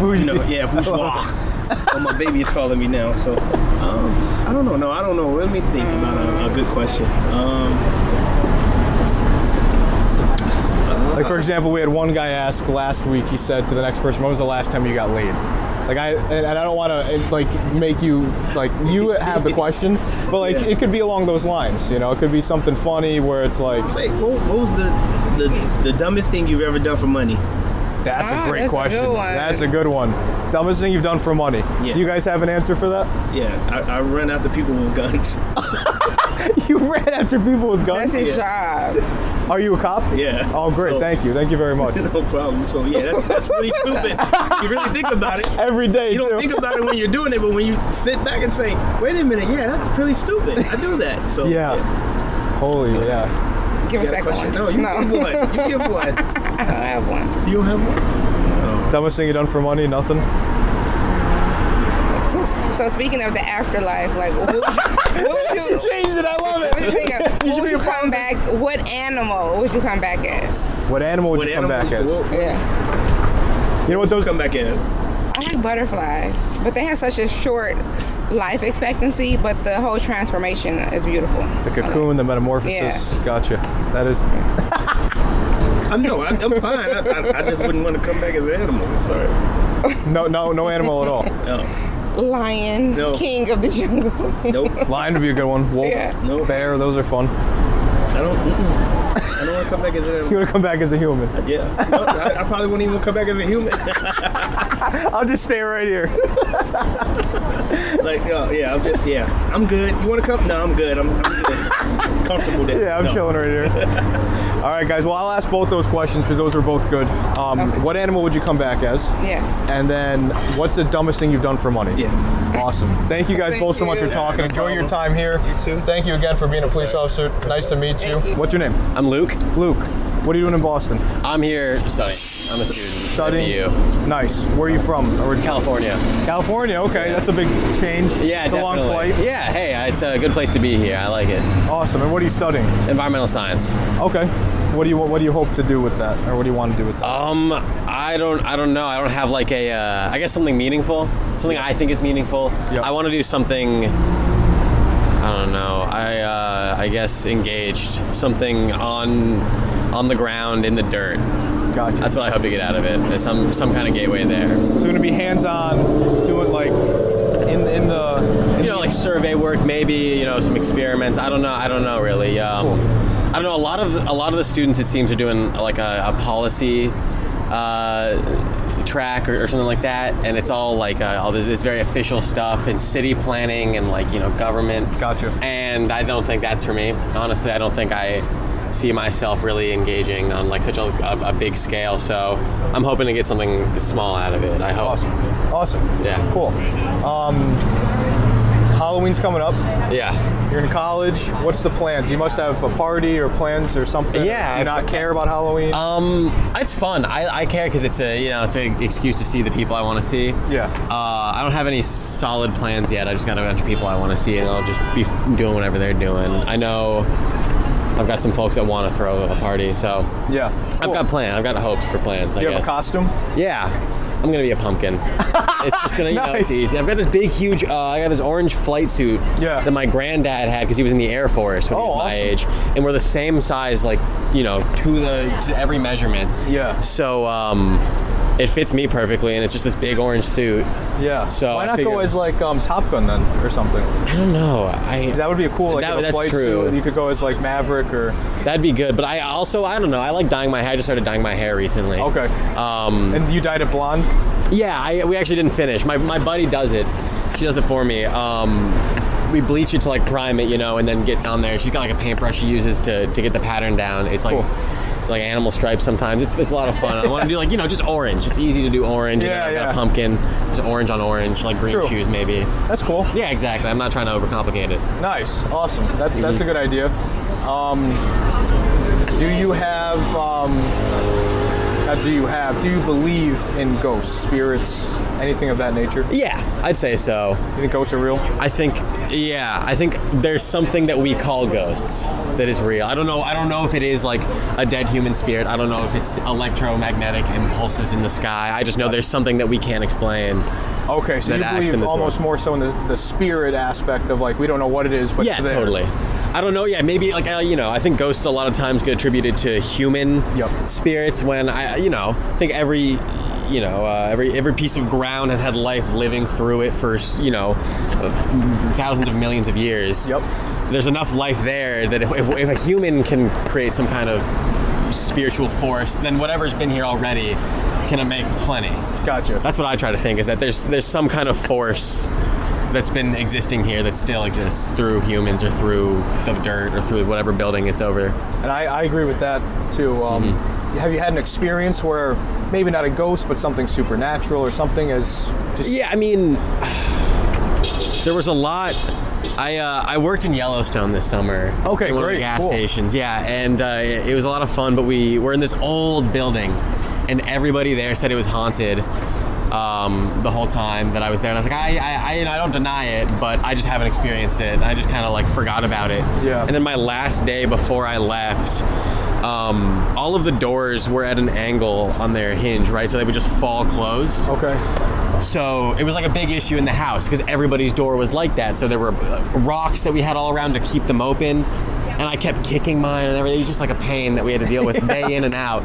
Speaker 4: bougie. yeah, bourgeois. well, my baby is calling me now. So, um, I don't know. No, I don't know. Let me think about a, a good question. Um,
Speaker 1: Like for example, we had one guy ask last week. He said to the next person, "When was the last time you got laid?" Like I and, and I don't want to like make you like you have the question, but like
Speaker 4: Yeah.
Speaker 1: it could be along those lines. You know, it could be something funny where it's like
Speaker 4: Say, what, what was the, the the dumbest thing you've ever done for money?
Speaker 1: that's
Speaker 9: Ah,
Speaker 1: a great
Speaker 9: that's a
Speaker 1: question.
Speaker 9: good one.
Speaker 1: That's a good one. Dumbest thing you've done for money.
Speaker 4: Yeah.
Speaker 1: Do you guys have an answer for that? [laughs]
Speaker 4: Yeah, I, I run after people with guns.
Speaker 1: you ran after people with
Speaker 9: That's
Speaker 1: guns.
Speaker 9: his job.
Speaker 1: Are you a cop?
Speaker 4: Yeah.
Speaker 1: Oh, great.
Speaker 4: So-
Speaker 1: Thank you. Thank you very much.
Speaker 4: [laughs] No problem. So yeah, that's,
Speaker 9: [laughs]
Speaker 1: [laughs]
Speaker 4: that's really stupid. You really think about it.
Speaker 1: Every day
Speaker 4: You don't
Speaker 1: too.
Speaker 4: think about it when you're doing it, but when you sit back and say, "Wait a minute, yeah, that's really stupid. I do that." So
Speaker 1: yeah. Holy yeah.
Speaker 9: Give a
Speaker 4: You got a
Speaker 9: second
Speaker 4: question?
Speaker 9: one.
Speaker 4: No, you give
Speaker 9: no.
Speaker 4: one. You give one.
Speaker 9: [laughs] I don't have one.
Speaker 4: You don't have one.
Speaker 1: Dumbest thing you've done for money? Nothing.
Speaker 9: So, so speaking of the afterlife, like what would you, what would
Speaker 1: [laughs]
Speaker 9: you,
Speaker 1: Changed it. I love
Speaker 9: I was
Speaker 1: [laughs]
Speaker 9: thinking, what would you come back? What animal would you come back as?
Speaker 1: What animal would
Speaker 4: What
Speaker 1: you come back as?
Speaker 4: animals- what-
Speaker 9: Yeah,
Speaker 1: You know what those
Speaker 4: Come back as.
Speaker 9: I like butterflies, but they have such a short life expectancy. But the whole transformation is beautiful.
Speaker 1: The cocoon, the metamorphosis.
Speaker 9: Yeah.
Speaker 1: Gotcha. That is.
Speaker 4: I'm no, I, I'm fine. I, I, I just wouldn't want to come back as an animal. Sorry.
Speaker 1: No, no, no animal at all.
Speaker 4: No.
Speaker 9: Lion,
Speaker 4: No.
Speaker 9: king of the jungle.
Speaker 1: [laughs]
Speaker 4: Nope.
Speaker 1: Lion would be a good one. Wolf,
Speaker 9: Yeah.
Speaker 4: No.
Speaker 1: bear, those are fun.
Speaker 4: I don't. Mm-mm. I don't want to come back as an animal.
Speaker 1: You want to come back as a human?
Speaker 4: Yeah, No, I, I probably wouldn't even come back as a human.
Speaker 1: [laughs] I'll just stay right here.
Speaker 4: [laughs] like, oh yeah, I'm just yeah, I'm good. You want to come? No, I'm good. I'm,
Speaker 1: [laughs]
Speaker 4: I'm good. It's comfortable there.
Speaker 1: Yeah, I'm
Speaker 4: No.
Speaker 1: chilling right here. All right, guys. Well, I'll ask both those questions because those were both good. Um,
Speaker 9: Okay.
Speaker 1: What animal would you come back as?
Speaker 9: yes.
Speaker 1: And then, what's the dumbest thing you've done for money?
Speaker 4: Yeah.
Speaker 1: Awesome. Thank you guys
Speaker 9: Thank
Speaker 1: both so much
Speaker 9: you.
Speaker 1: for talking. Enjoy your time here. You too. Thank you again for being a police officer. Nice to meet you.
Speaker 9: Thank you.
Speaker 1: What's your name?
Speaker 2: I'm Luke.
Speaker 1: Luke. What are you doing in Boston?
Speaker 2: I'm here studying. I'm a student.
Speaker 1: Studying.
Speaker 2: You.
Speaker 1: Nice. Where are you from? Or-
Speaker 2: California.
Speaker 1: California, okay, that's a big change.
Speaker 2: Yeah,
Speaker 1: it's
Speaker 2: definitely.
Speaker 1: a long flight.
Speaker 2: Yeah, hey, it's a good place to be here. I like it.
Speaker 1: Awesome. And what are you studying?
Speaker 2: Environmental science.
Speaker 1: Okay, What do you What do you hope to do with that, or what do you want to do with that?
Speaker 2: Um, I don't, I don't know. I don't have like a, uh, I guess something meaningful, something I think is meaningful.
Speaker 1: Yeah.
Speaker 2: I want to do something. I don't know. I, uh, I guess engaged, something on, on the ground in the dirt.
Speaker 1: Gotcha.
Speaker 2: That's what I hope to get out of it. Is some, some kind of gateway there.
Speaker 1: so we're gonna be hands on, doing like in in the. In
Speaker 2: you know, like survey work, maybe you know some experiments. I don't know. I don't know really. Um, I don't know. A lot of a lot of the students it seems are doing like a, a policy uh, track or, or something like that, and it's all like uh, all this, this very official stuff and city planning and like you know government.
Speaker 1: Gotcha.
Speaker 2: And I don't think that's for me. Honestly, I don't think I see myself really engaging on like such a, a, a big scale. So I'm hoping to get something small out of it. I hope.
Speaker 1: awesome. Awesome.
Speaker 2: Yeah.
Speaker 1: Cool. Um, Halloween's coming up.
Speaker 2: Yeah.
Speaker 1: You're in college. What's the plans? You must have a party or plans or something.
Speaker 2: Yeah,
Speaker 1: Do you not care about Halloween?
Speaker 2: Um, it's fun. I, I care because it's a you know it's an excuse to see the people I want to see.
Speaker 1: Yeah.
Speaker 2: Uh, I don't have any solid plans yet. I just got a bunch of people I want to see, and I'll just be doing whatever they're doing. I know I've got some folks that want to throw a party, so
Speaker 1: yeah.
Speaker 2: I've
Speaker 1: Cool.
Speaker 2: got plans. I've got hopes for plans.
Speaker 1: Do you
Speaker 2: I
Speaker 1: have
Speaker 2: guess.
Speaker 1: a costume?
Speaker 2: Yeah, I'm gonna be a pumpkin.
Speaker 1: [laughs]
Speaker 2: it's just gonna, you know,
Speaker 1: Nice.
Speaker 2: it's easy. I've got this big, huge. Uh, I got this orange flight suit
Speaker 1: Yeah.
Speaker 2: that my granddad had because he was in the Air Force when
Speaker 1: Oh,
Speaker 2: he was my
Speaker 1: awesome.
Speaker 2: age, and we're the same size, like you know, to the to every measurement.
Speaker 1: Yeah.
Speaker 2: So um, it fits me perfectly, and it's just this big orange suit.
Speaker 1: Yeah.
Speaker 2: So
Speaker 1: why
Speaker 2: I
Speaker 1: not go
Speaker 2: figured-
Speaker 1: as like um, Top Gun then, or something?
Speaker 2: I don't know. I
Speaker 1: 'Cause That would be a cool like
Speaker 2: That-
Speaker 1: in a
Speaker 2: that's
Speaker 1: flight
Speaker 2: true.
Speaker 1: suit. You could go as like Maverick or
Speaker 2: that'd be good, but I also I don't know. I like dyeing my hair. I just started dyeing my hair recently.
Speaker 1: okay.
Speaker 2: Um,
Speaker 1: And you dyed it blonde.
Speaker 2: Yeah, I, we actually didn't finish. My, my buddy does it. She does it for me. Um, we bleach it to like prime it, you know, and then get down there. She's got like a paintbrush she uses to, to get the pattern down. It's like
Speaker 1: Cool.
Speaker 2: like animal stripes sometimes. It's, it's a lot of fun. I want to do like you know just orange. It's easy to do orange. and
Speaker 1: Yeah,
Speaker 2: then I've got
Speaker 1: yeah.
Speaker 2: a pumpkin. Just orange on orange, like green
Speaker 1: True.
Speaker 2: shoes maybe.
Speaker 1: That's cool.
Speaker 2: Yeah, exactly. I'm not trying to overcomplicate it.
Speaker 1: Nice. Awesome. That's that's a
Speaker 2: Mm-hmm.
Speaker 1: good idea. Um, do you have? Um, not do you have? Do you believe in ghosts, spirits, anything of that nature? You
Speaker 2: Yeah, I'd say so.
Speaker 1: think ghosts are real?
Speaker 2: I think, yeah, I think there's something that we call ghosts that is real. I don't know. I don't know if it is like a dead human spirit. I don't know if it's electromagnetic impulses in the sky. I just know there's something that we can't explain.
Speaker 1: Okay, so
Speaker 2: That
Speaker 1: you
Speaker 2: acts in
Speaker 1: believe
Speaker 2: this
Speaker 1: almost
Speaker 2: world.
Speaker 1: more so in the, the spirit aspect of like we don't know what it is, but
Speaker 2: yeah,
Speaker 1: it's there.
Speaker 2: totally. I don't know. Yeah, maybe like uh, you know, I think ghosts a lot of times get attributed to human
Speaker 1: Yep.
Speaker 2: spirits. When I, you know, I think every, you know, uh, every every piece of ground has had life living through it for you know, thousands of millions of years.
Speaker 1: Yep.
Speaker 2: There's enough life there that if, if, if a human can create some kind of spiritual force, then whatever's been here already can make plenty.
Speaker 1: Gotcha.
Speaker 2: That's what I try to think is that there's there's some kind of force that's been existing here that still exists through humans or through the dirt or through whatever building it's over.
Speaker 1: And I, I agree with that too. Um,
Speaker 2: Mm-hmm.
Speaker 1: Have you had an experience where maybe not a ghost, but something supernatural or something as just
Speaker 2: Yeah, I mean, there was a lot. I uh, I worked in Yellowstone this summer.
Speaker 1: Okay,
Speaker 2: in one of the
Speaker 1: great,
Speaker 2: gas
Speaker 1: cool.
Speaker 2: stations, yeah, and uh, it was a lot of fun. But we were in this old building, and everybody there said it was haunted. Um, the whole time that I was there, and I was like, I, I, I, you know, I don't deny it, but I just haven't experienced it. I just kind of like forgot about it.
Speaker 1: Yeah.
Speaker 2: And then my last day before I left, um, all of the doors were at an angle on their hinge, right? So they would just fall closed.
Speaker 1: Okay.
Speaker 2: So it was like a big issue in the house because everybody's door was like that. So there were uh, rocks that we had all around to keep them open, and I kept kicking mine and everything. It was just like a pain that we had to deal
Speaker 1: [laughs]
Speaker 2: with day in and out.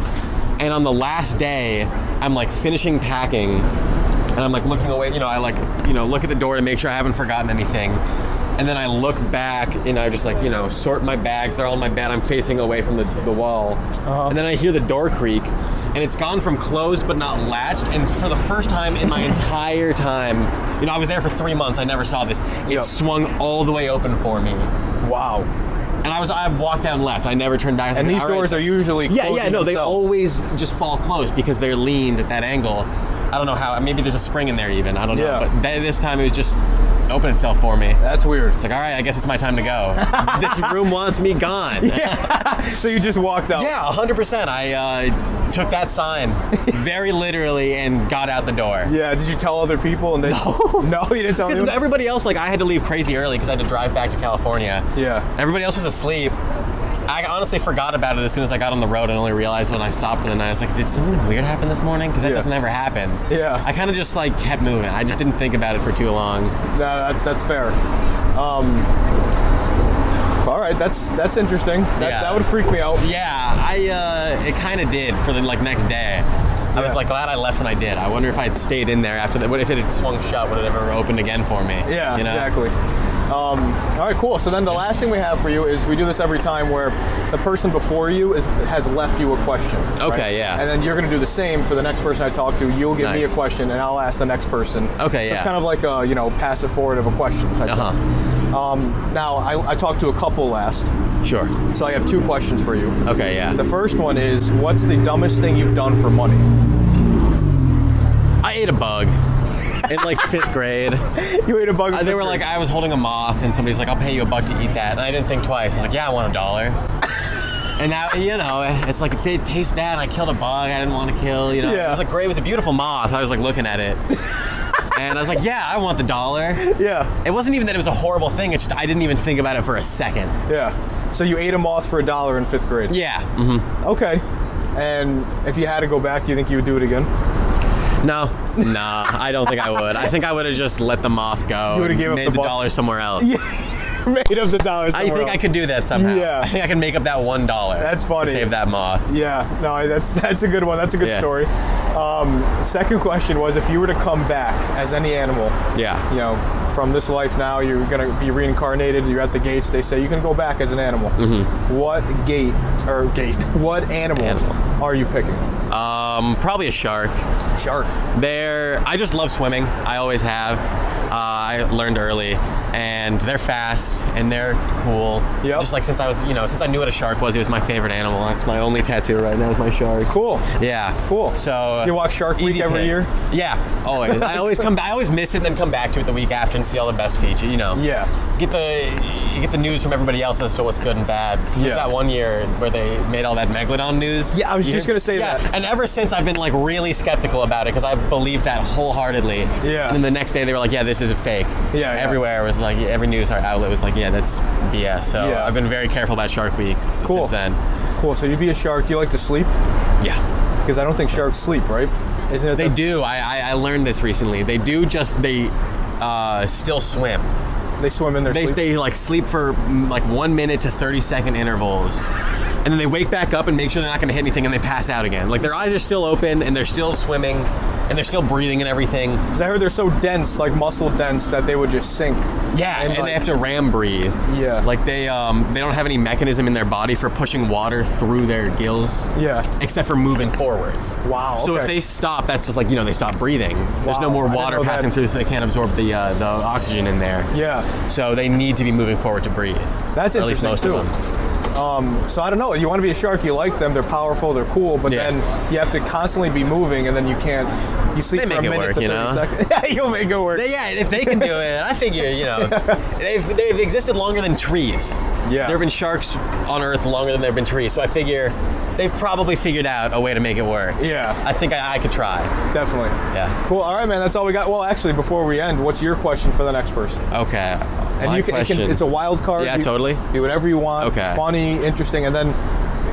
Speaker 2: And on the last day, I'm like finishing packing, and I'm like looking away. You know, I like you know look at the door to make sure I haven't forgotten anything. And then I look back and I just like, you know, sort my bags. They're all on my bed. I'm facing away from the, the wall.
Speaker 1: Uh-huh.
Speaker 2: And then I hear the door creak. And it's gone from closed but not latched. And for the first time in
Speaker 1: [laughs]
Speaker 2: my entire time, you know, I was there for three months. I never saw this. It swung all the way open for me.
Speaker 1: Wow.
Speaker 2: And I was, I walked down left. I never turned back.
Speaker 1: And these doors are usually
Speaker 2: Yeah, yeah,
Speaker 1: closing
Speaker 2: no, they
Speaker 1: themselves.
Speaker 2: always just fall closed because they're leaned at that angle. I don't know how, maybe there's a spring in there even. I don't know.
Speaker 1: Yeah.
Speaker 2: But th- this time it was just open itself for me.
Speaker 1: That's weird.
Speaker 2: It's like, all right, I guess it's my time to
Speaker 1: [laughs]
Speaker 2: go. this room wants me gone. Yeah,
Speaker 1: So you just walked out.
Speaker 2: 100%. I uh, took that
Speaker 1: [laughs]
Speaker 2: sign very literally and got out the door.
Speaker 1: Yeah, Did you tell other people? And they, no. [laughs] No, you didn't tell
Speaker 2: Because
Speaker 1: anyone.
Speaker 2: everybody else, like, I had to leave crazy early because I had to drive back to California.
Speaker 1: Yeah.
Speaker 2: Everybody else was asleep. I honestly forgot about it as soon as I got on the road and only realized when I stopped for the night. I was like, did something weird happen this morning? Because that
Speaker 1: Yeah.
Speaker 2: doesn't ever happen.
Speaker 1: Yeah.
Speaker 2: I kind of just like kept moving. I just didn't think about it for too long.
Speaker 1: No, that's that's fair. Um, all right, that's that's interesting. That,
Speaker 2: Yeah.
Speaker 1: that would freak me out.
Speaker 2: Yeah, I uh, it kind of did for the like next day. I was
Speaker 1: Yeah.
Speaker 2: like glad I left when I did. I wonder if I'd stayed in there after that. What if it had swung shut? Would it have ever opened again for me?
Speaker 1: Yeah,
Speaker 2: You know?
Speaker 1: exactly. Um, all right, cool. So then the last thing we have for you is we do this every time where the person before you is has left you a question.
Speaker 2: Okay,
Speaker 1: right?
Speaker 2: yeah.
Speaker 1: And then you're going to do the same for the next person I talk to. You'll give me a
Speaker 2: Nice.
Speaker 1: question, and I'll ask the next person.
Speaker 2: Okay,
Speaker 1: It's
Speaker 2: yeah.
Speaker 1: kind of like a you know pass it forward of a question type.
Speaker 2: Uh
Speaker 1: thing.
Speaker 2: huh.
Speaker 1: Um, now I, I talked to a couple last,
Speaker 2: Sure.
Speaker 1: so I have two questions for you.
Speaker 2: Okay. Yeah.
Speaker 1: The first one is, what's the dumbest thing you've done for money?
Speaker 2: I ate a bug in like fifth grade.
Speaker 1: [laughs] You ate a bug.
Speaker 2: Uh, they were like, I was holding a moth, and somebody's like, I'll pay you a buck to eat that. And I didn't think twice. I was like, yeah, I want a dollar.
Speaker 1: [laughs]
Speaker 2: and now, you know, it's like, it tastes bad. I killed a bug I didn't want to kill, you know.
Speaker 1: Yeah.
Speaker 2: It was like great. It was a beautiful moth. I was like looking at
Speaker 1: [laughs]
Speaker 2: it. and I was like, yeah, I want the dollar.
Speaker 1: yeah,
Speaker 2: It wasn't even that it was a horrible thing. It's just I didn't even think about it for a second.
Speaker 1: yeah. So you ate a moth for a dollar in fifth grade.
Speaker 2: Yeah. Mm-hmm.
Speaker 1: Okay. And if you had to go back, do you think you would do it again? [laughs]
Speaker 2: No. Nah. I don't think I would. I think I would have just let the moth go.
Speaker 1: You would've
Speaker 2: and
Speaker 1: gave up
Speaker 2: made
Speaker 1: the
Speaker 2: the,
Speaker 1: buck.
Speaker 2: dollar somewhere
Speaker 1: [laughs]
Speaker 2: else.
Speaker 1: Made up the dollars.
Speaker 2: Oh. I think I could do that somehow.
Speaker 1: Yeah.
Speaker 2: I think I can make up that one dollar.
Speaker 1: That's
Speaker 2: To
Speaker 1: funny.
Speaker 2: save that moth.
Speaker 1: [laughs] Yeah. No, I- that's that's a good one. That's a good
Speaker 2: Yeah.
Speaker 1: story. Um, second question was, if you were to come back as any animal,
Speaker 2: Yeah.
Speaker 1: you know, from this life now, you're gonna be reincarnated. You're at the gates. They say you can go back as an animal. What gate or gate? [laughs] What animal,
Speaker 2: Animal.
Speaker 1: are you picking?
Speaker 2: Um, probably a shark.
Speaker 1: Shark.
Speaker 2: They're. I just love swimming. I always have. Uh, I learned early, and they're fast and they're cool.
Speaker 1: Yep.
Speaker 2: Just like since I was, you know, since I knew what a shark was, it was my favorite animal. That's my only tattoo right now is my shark.
Speaker 1: Cool.
Speaker 2: Yeah.
Speaker 1: Cool.
Speaker 2: So uh,
Speaker 1: You watch Shark Week
Speaker 2: easy
Speaker 1: every
Speaker 2: pick.
Speaker 1: year?
Speaker 2: Yeah, always. I always come. back. I always miss it, and then come back to it the week after and see all the best feature. You know.
Speaker 1: Yeah.
Speaker 2: Get the you get the news from everybody else as to what's good and bad. 'Cause
Speaker 1: Yeah.
Speaker 2: It's that one year where they made all that megalodon news.
Speaker 1: Yeah, I was
Speaker 2: You
Speaker 1: just
Speaker 2: hear-
Speaker 1: gonna say
Speaker 2: yeah.
Speaker 1: that.
Speaker 2: And ever since, I've been like really skeptical about it because I believe that wholeheartedly.
Speaker 1: Yeah.
Speaker 2: And then the next day, they were like, "Yeah, this is a fake."
Speaker 1: Yeah, yeah.
Speaker 2: Everywhere was like, every news outlet was like, "Yeah, that's BS." So
Speaker 1: Yeah.
Speaker 2: I've been very careful about Shark Week
Speaker 1: Cool.
Speaker 2: since then.
Speaker 1: Cool. So you'd be a shark. Do you like to sleep?
Speaker 2: Yeah.
Speaker 1: Because I don't think sharks sleep, right? Isn't it?
Speaker 2: They
Speaker 1: the-
Speaker 2: do. I, I, I learned this recently. They do just they uh, still swim.
Speaker 1: They swim in their
Speaker 2: They
Speaker 1: sleep.
Speaker 2: they like sleep for mm, like one minute to thirty second
Speaker 1: [laughs]
Speaker 2: intervals, and then they wake back up and make sure they're not going to hit anything, and they pass out again. Like their eyes are still open and they're still swimming, and they're still breathing and everything.
Speaker 1: 'Cause I heard they're so dense, like muscle dense, that they would just sink.
Speaker 2: Yeah, and,
Speaker 1: like-
Speaker 2: they have to ram breathe.
Speaker 1: Yeah.
Speaker 2: like they um they don't have any mechanism in their body for pushing water through their gills.
Speaker 1: Yeah.
Speaker 2: Except for moving forwards.
Speaker 1: Wow,
Speaker 2: So if
Speaker 1: Oh, okay.
Speaker 2: they stop, that's just like you know they stop breathing. There's
Speaker 1: Wow,
Speaker 2: no more
Speaker 1: I didn't
Speaker 2: water
Speaker 1: know that.
Speaker 2: passing through, so they can't absorb the uh, the oxygen in there.
Speaker 1: Yeah.
Speaker 2: So they need to be moving forward to breathe.
Speaker 1: That's
Speaker 2: Or at least
Speaker 1: interesting
Speaker 2: most
Speaker 1: too.
Speaker 2: of them.
Speaker 1: Um, So I don't know. You want to be a shark. You like them. They're powerful. They're cool. But
Speaker 2: Yeah.
Speaker 1: then you have to constantly be moving, and then you can't. You sleep
Speaker 2: They
Speaker 1: for a
Speaker 2: make it
Speaker 1: minute
Speaker 2: work,
Speaker 1: to
Speaker 2: you
Speaker 1: thirty
Speaker 2: know?
Speaker 1: seconds. [laughs] yeah, you'll make it work.
Speaker 2: They- yeah, if they can do it, I figure you
Speaker 1: [laughs]
Speaker 2: know they've they've existed longer than trees.
Speaker 1: Yeah.
Speaker 2: There have been sharks on Earth longer than there have been trees. So I figure they've probably figured out a way to make it work.
Speaker 1: yeah,
Speaker 2: I think I, I could try.
Speaker 1: definitely.
Speaker 2: Yeah.
Speaker 1: Cool. All right, man. That's all we got. Well, actually, before we end, what's your question for the next person?
Speaker 2: Okay.
Speaker 1: And
Speaker 2: My
Speaker 1: you can, it
Speaker 2: question.
Speaker 1: can. It's a wild card.
Speaker 2: Yeah,
Speaker 1: You-
Speaker 2: totally.
Speaker 1: Do whatever you want.
Speaker 2: Okay.
Speaker 1: Funny, interesting, and then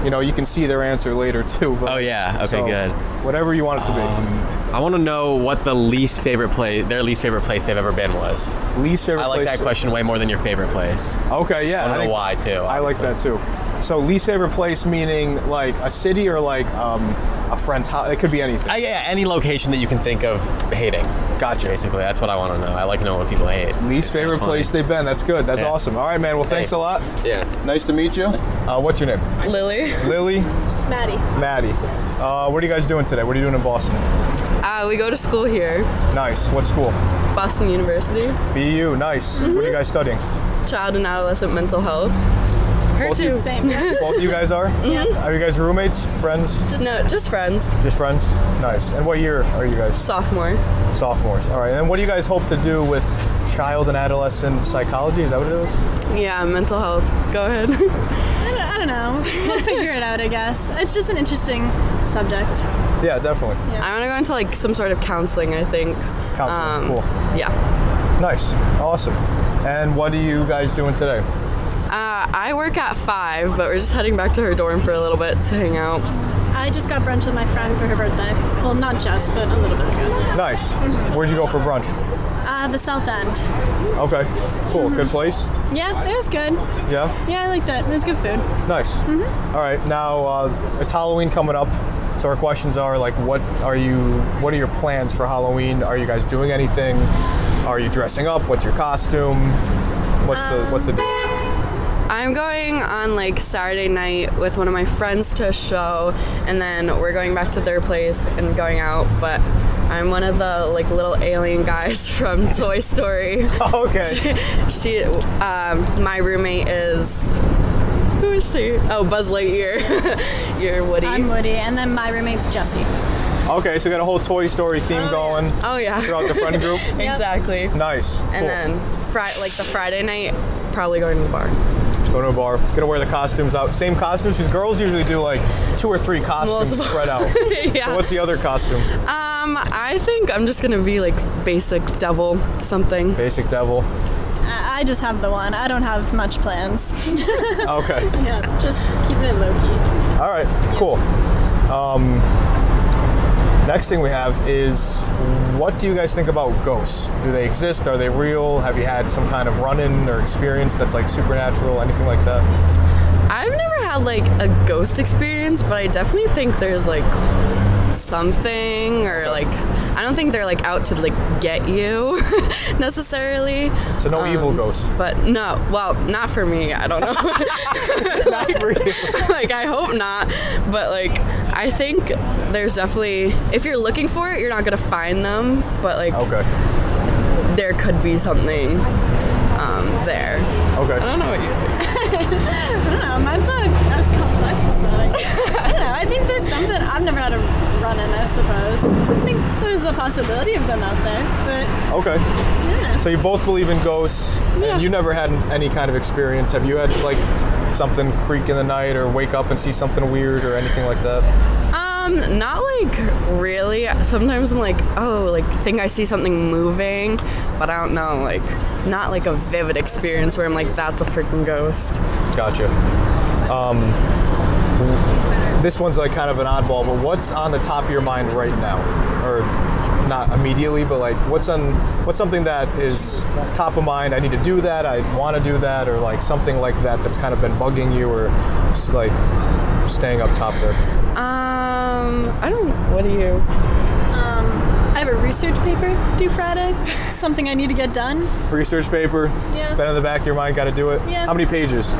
Speaker 1: you know you can see their answer later too. But,
Speaker 2: Oh, yeah. Okay,
Speaker 1: so,
Speaker 2: good. Um,
Speaker 1: Whatever you want it to be.
Speaker 2: I want to know what the least favorite place, their least favorite place they've ever been was.
Speaker 1: Least favorite
Speaker 2: I like
Speaker 1: place.
Speaker 2: that question way more than your favorite place.
Speaker 1: Okay, yeah.
Speaker 2: I don't know
Speaker 1: think-
Speaker 2: why too.
Speaker 1: I like that too. So least favorite place meaning like a city or like um, a friend's house. It could be anything.
Speaker 2: Uh, yeah, any location that you can think of hating.
Speaker 1: Gotcha.
Speaker 2: Basically, that's what I want to know. I like to know what people hate.
Speaker 1: Least
Speaker 2: kinda
Speaker 1: favorite
Speaker 2: funny.
Speaker 1: place they've been. That's good. That's
Speaker 2: Yeah.
Speaker 1: awesome. All right, man. Well, thanks a lot.
Speaker 2: Yeah.
Speaker 1: Nice to meet you. Uh, what's your name?
Speaker 9: Lily.
Speaker 1: Lily.
Speaker 10: Maddie.
Speaker 1: Maddie. Uh, what are you guys doing today? What are you doing in Boston?
Speaker 10: Uh, we go to school here,
Speaker 1: Nice. What school?
Speaker 10: Boston University, Mm-hmm.
Speaker 1: BU. Nice. What are you guys studying?
Speaker 10: child and adolescent mental health. Her
Speaker 1: Both-
Speaker 10: too.
Speaker 1: [laughs]
Speaker 11: Same.
Speaker 1: Both of you guys are. Are you guys roommates? Friends?
Speaker 10: No, just friends.
Speaker 1: Just friends? Nice. And what year are you guys?
Speaker 10: Sophomore.
Speaker 1: sophomores. All right. And what do you guys hope to do with child and adolescent psychology? Is that what it is?
Speaker 10: Yeah, mental health. Go ahead.
Speaker 11: I don't, I don't know. We'll figure it out, I guess. It's just an interesting subject.
Speaker 1: Yeah, definitely.
Speaker 10: I want to go into like some sort of counseling. I think. Um,
Speaker 1: Counseling. cool.
Speaker 10: Yeah.
Speaker 1: Nice. Awesome. And what are you guys doing today?
Speaker 10: Uh, Yeah, I work at five, but we're just heading back to her dorm for a little bit to hang out.
Speaker 11: I just got brunch with my friend for her birthday. Well, not just, but a little bit ago.
Speaker 1: Nice. Where'd you go for brunch?
Speaker 11: Uh, the South End.
Speaker 1: Okay. Cool. Good place.
Speaker 11: Yeah, it was good.
Speaker 1: Yeah.
Speaker 11: Yeah, I liked it. It was good food.
Speaker 1: Nice.
Speaker 10: Mm-hmm.
Speaker 1: All right. Now uh, it's Halloween coming up, so our questions are like, what are you? What are your plans for Halloween? Are you guys doing anything? Are you dressing up? What's your costume? What's
Speaker 10: Um,
Speaker 1: the What's the deal?
Speaker 10: I'm going on like Saturday night with one of my friends to a show, and then we're going back to their place and going out. But I'm one of the like little alien guys [laughs] from Toy
Speaker 1: [laughs]
Speaker 10: Story.
Speaker 1: Oh, Okay.
Speaker 10: [laughs] she, um, my roommate is. Who is she? Oh, Buzz Lightyear. [laughs] You're Woody.
Speaker 11: I'm Woody, and then my roommate's Jesse.
Speaker 1: Okay. So we got a whole Toy Story theme going
Speaker 10: oh yeah.
Speaker 1: throughout the friend group.
Speaker 10: [laughs] Exactly.
Speaker 1: Nice.
Speaker 10: And then Friday, like the Friday night, probably going to the bar.
Speaker 1: Go to a bar. Gonna wear the costumes out. Same costumes because girls usually do like two or three costumes
Speaker 10: Multiple.
Speaker 1: spread
Speaker 10: [laughs]
Speaker 1: out.
Speaker 10: yeah.
Speaker 1: So what's the other costume?
Speaker 10: Um, I think I'm just gonna be like basic devil something.
Speaker 1: Basic devil.
Speaker 11: I, I just have the one. I don't have much plans.
Speaker 1: Okay.
Speaker 11: [laughs] yeah, just keeping it low key.
Speaker 1: All right, cool. Um, next thing we have is what do you guys think about ghosts? Do they exist? Are they real? Have you had some kind of run in or experience that's like supernatural, anything like that?
Speaker 10: I've never had like a ghost experience, but I definitely think there's like something or like I don't think they're like out to like get you [laughs] necessarily. Um,
Speaker 1: So, no evil ghosts.
Speaker 10: But no, well, not for me. I don't know.
Speaker 1: [laughs]
Speaker 10: [laughs]
Speaker 1: Not for you.
Speaker 10: like I hope not, but like I think there's definitely if you're looking for it, you're not gonna find them. But like
Speaker 1: Okay,
Speaker 10: there could be something um, there. I
Speaker 1: okay.
Speaker 10: don't know what you think.
Speaker 11: I don't know. Mine's not as complex as that. I guess. I don't know. I think there's something. I've never had a run in, I suppose. I think there's a possibility of them out there, but
Speaker 1: Okay.
Speaker 11: yeah.
Speaker 1: So, you both believe in ghosts,
Speaker 11: Yeah.
Speaker 1: and you never had any kind of experience. Have you had like something creak in the night or wake up and see something weird or anything like that?
Speaker 10: Um, not like really. Sometimes I'm like, oh, like think I see something moving, but I don't know. Like, not like a vivid experience where I'm like, that's a freaking ghost.
Speaker 1: Gotcha. Um, this one's like kind of an oddball, but what's on the top of your mind right now, or not immediately, but like what's on what's something that is top of mind? I need to do that. I want to do that, or like something like that that's kind of been bugging you, or just like staying up top there.
Speaker 10: Um, I don't. What do you?
Speaker 11: Um, I have a research paper due [laughs] Friday. Something I need to get done.
Speaker 1: Research paper.
Speaker 11: Yeah.
Speaker 1: Been in the back of your mind. Got to do it.
Speaker 11: Yeah.
Speaker 1: How many pages?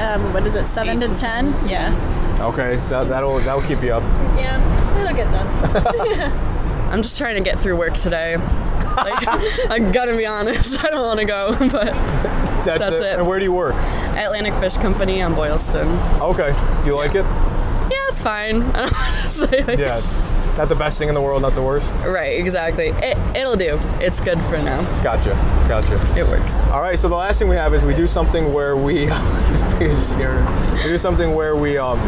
Speaker 11: Um, what is it? Seven to ten? Yeah.
Speaker 1: Okay, that, that'll that'll keep you up.
Speaker 11: Yeah. It'll get done.
Speaker 10: [laughs] I'm just trying to get through work today.
Speaker 1: [laughs]
Speaker 10: Like, I gotta be honest. I don't want to go, [laughs] but
Speaker 1: That's,
Speaker 10: That's it.
Speaker 1: And where do you work?
Speaker 10: Atlantic Fish Company on Boylston.
Speaker 1: Okay. Do you like it?
Speaker 10: Yeah, it's fine. [laughs] I don't wanna say, like-
Speaker 1: Yeah. Not the best thing in the world. Not the worst.
Speaker 10: Right. Exactly. It, it'll do. It's good for now.
Speaker 1: Gotcha. Gotcha.
Speaker 10: It works.
Speaker 1: All right. So the last thing we have is we do something where we [laughs] this thing is scary. We do something where we um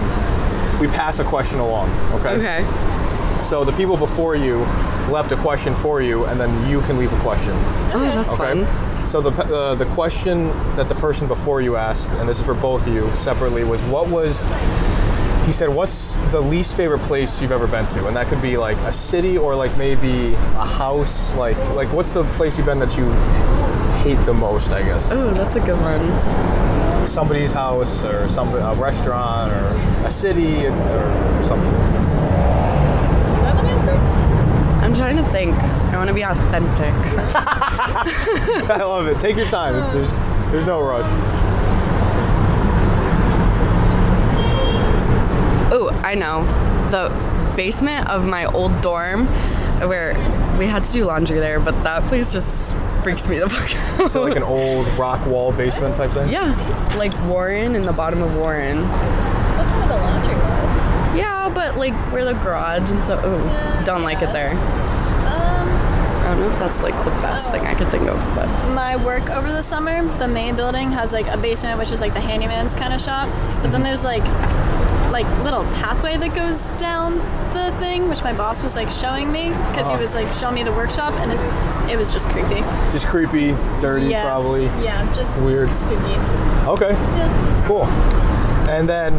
Speaker 1: we pass a question along. Okay.
Speaker 10: Okay.
Speaker 1: So the people before you left a question for you, and then you can leave a question.
Speaker 10: Oh, that's
Speaker 1: Okay.
Speaker 10: fun.
Speaker 1: So the pe- uh, the question that the person before you asked, and this is for both of you separately, was what was he said? What's the least favorite place you've ever been to? And that could be like a city or like maybe a house. Like like what's the place you've been that you hate the most? I guess.
Speaker 10: Oh, that's a good one.
Speaker 1: somebody's house or some a restaurant or a city and- or something. [laughs]
Speaker 10: I'm trying to think. I want to be authentic.
Speaker 1: I love it. Take your time. It's, there's there's no rush.
Speaker 10: oh, I know. The basement of my old dorm where we had to do laundry there, but that place just freaks me the fuck out. [laughs]
Speaker 1: So like an old rock wall basement type thing.
Speaker 10: yeah, like Warren in the bottom of Warren.
Speaker 11: That's where the laundry was.
Speaker 10: Yeah, but like where the garage and so ooh, don't like it there. I don't know if that's like the best thing I could think of, but
Speaker 11: My work over the summer, Mm-hmm. the main building has like a basement, which is like the handyman's kind of shop. But then there's like like little pathway that goes down the thing, which my boss was like showing me because he was like showing me the workshop, and it, it was just creepy.
Speaker 1: Just creepy, dirty,
Speaker 11: yeah,
Speaker 1: probably.
Speaker 11: Yeah, just
Speaker 1: Weird.
Speaker 11: spooky.
Speaker 1: Okay.
Speaker 11: Yeah.
Speaker 1: Cool. And then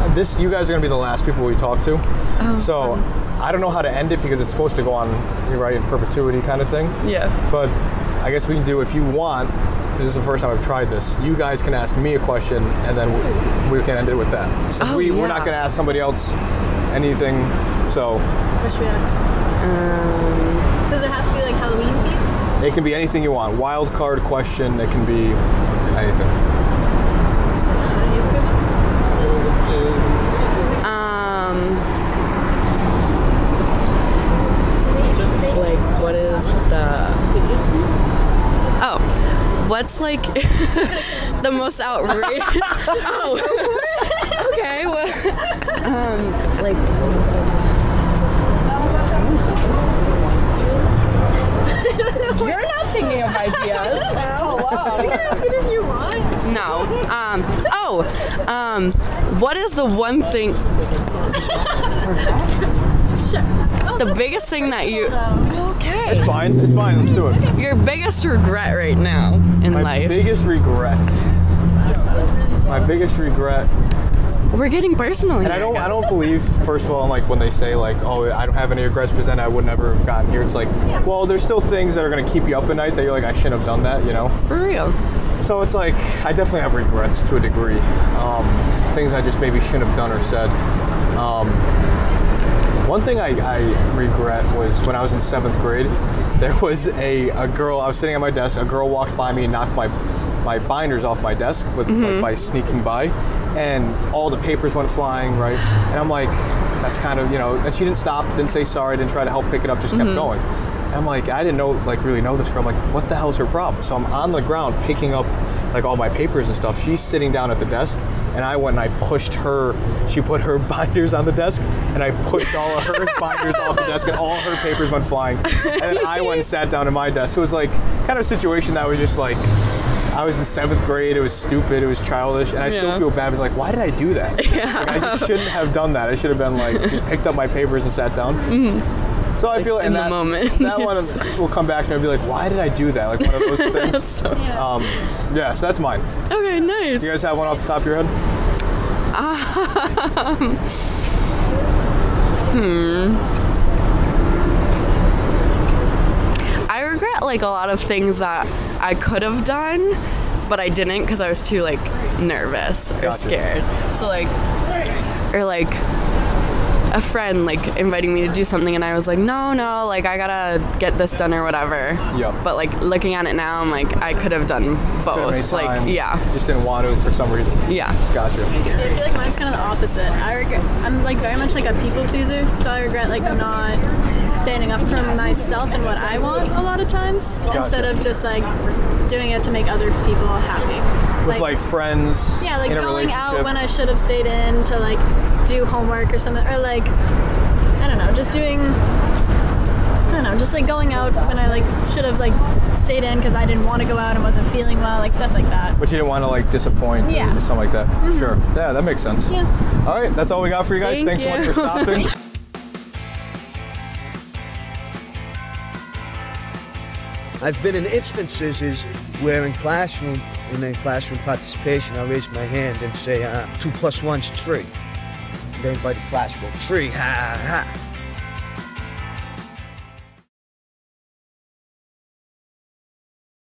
Speaker 1: uh, this, you guys are gonna be the last people we talk to.
Speaker 11: Oh,
Speaker 1: so I don't know how to end it because it's supposed to go on, you're right, in perpetuity kind of thing.
Speaker 10: Yeah.
Speaker 1: But I guess we can do if you want. This is the first time I've tried this. You guys can ask me a question, and then we we can end it with that. Since
Speaker 10: Oh,
Speaker 1: we we're
Speaker 10: yeah.
Speaker 1: not gonna ask somebody else anything. So
Speaker 11: Wish we had. Um, Does it have to be like Halloween [laughs] themed?
Speaker 1: it can be anything you want. Wild card question. It can be anything.
Speaker 11: Are you good with
Speaker 10: Um, like, what is the. Oh, what's like [laughs] the most outrageous. oh. [laughs] Okay, well. Um, like, the most outrageous-
Speaker 11: You're not thinking of ideas.
Speaker 10: [laughs]
Speaker 11: Hello. You can ask it if you want.
Speaker 10: no. Um, oh, um, what is the one thing,
Speaker 11: Sure. Oh,
Speaker 10: the biggest thing that you,
Speaker 11: okay.
Speaker 1: It's fine. It's fine. Let's do it.
Speaker 10: your biggest regret right now in
Speaker 1: My
Speaker 10: life?
Speaker 1: biggest regret. My biggest regret,
Speaker 10: We're getting personal here.
Speaker 1: and I don't, I don't believe. First of all, like when they say like, "Oh, I don't have any regrets," because then I would never have gotten here. It's like, well, there's still things that are gonna keep you up at night that you're like, I shouldn't have done that, you know.
Speaker 10: For real.
Speaker 1: So it's like I definitely have regrets to a degree. Um, things I just maybe shouldn't have done or said. Um, one thing I, I regret was when I was in seventh grade, there was a, a girl, I was sitting at my desk, a girl walked by me and knocked my, my binders off my desk with, like, by sneaking by, and all the papers went flying, right? And I'm like, that's kind of, you know, and she didn't stop, didn't say sorry, didn't try to help pick it up, just kept going. And I'm like, I didn't know, like, really know this girl. I'm like, what the hell's her problem? So I'm on the ground picking up, like, all my papers and stuff. She's sitting down at the desk, and I went and I pushed her. She put her [laughs] binders on the desk, and I pushed all of her binders off the desk, and all her papers went flying. And then I went and sat down at my desk. It was like kind of a situation that was just like, I was in seventh grade. It was stupid. It was childish, and I still
Speaker 10: Yeah.
Speaker 1: feel bad. I was like, why did I do that? Like, I just shouldn't have done that. I should have been like, just picked up my papers and sat down. So I feel
Speaker 10: in
Speaker 1: and
Speaker 10: the
Speaker 1: that,
Speaker 10: moment.
Speaker 1: that one
Speaker 10: [laughs]
Speaker 1: will come back to me and be like, why did I do that? Like one of those things. um, yeah, so that's mine.
Speaker 10: Okay, nice.
Speaker 1: You guys have one off the top of your head?
Speaker 10: Um, hmm. I regret like a lot of things that I could have done, but I didn't because I was too like nervous or
Speaker 1: Gotcha.
Speaker 10: scared. So like, or like a friend like inviting me to do something and I was like, no, no, like I gotta get this done or whatever.
Speaker 1: Yep.
Speaker 10: But like looking at it now, I'm like, I could have done
Speaker 1: Could've
Speaker 10: both.
Speaker 1: made time,
Speaker 10: Like, yeah,
Speaker 1: Just didn't want to for some reason.
Speaker 10: yeah.
Speaker 1: Gotcha.
Speaker 11: See, I feel like mine's kind of the opposite. I regret. I'm like very much like a people pleaser, so I regret like not standing up for myself and what I want a lot of times instead of just like doing it to make other people happy.
Speaker 1: With like friends.
Speaker 11: yeah, like
Speaker 1: in a
Speaker 11: going out
Speaker 1: relationship.
Speaker 11: when I should have stayed in to like do homework or something, or like I don't know, just doing. I don't know, just like going out when I like should have like stayed in because I didn't want to go out and wasn't feeling well, like stuff like that.
Speaker 1: But you didn't want to like disappoint
Speaker 11: Yeah. Mm-hmm.
Speaker 1: or something like that. Sure. Yeah, that makes sense.
Speaker 11: Yeah.
Speaker 1: All right, that's all we got for you guys.
Speaker 10: Thank
Speaker 1: Thanks so much for
Speaker 10: you. [laughs]
Speaker 1: stopping.
Speaker 12: I've been in instances is where in classroom, in a classroom participation, I raise my hand and say, uh, two plus one's three. They invite the class, well, three, ha, ha.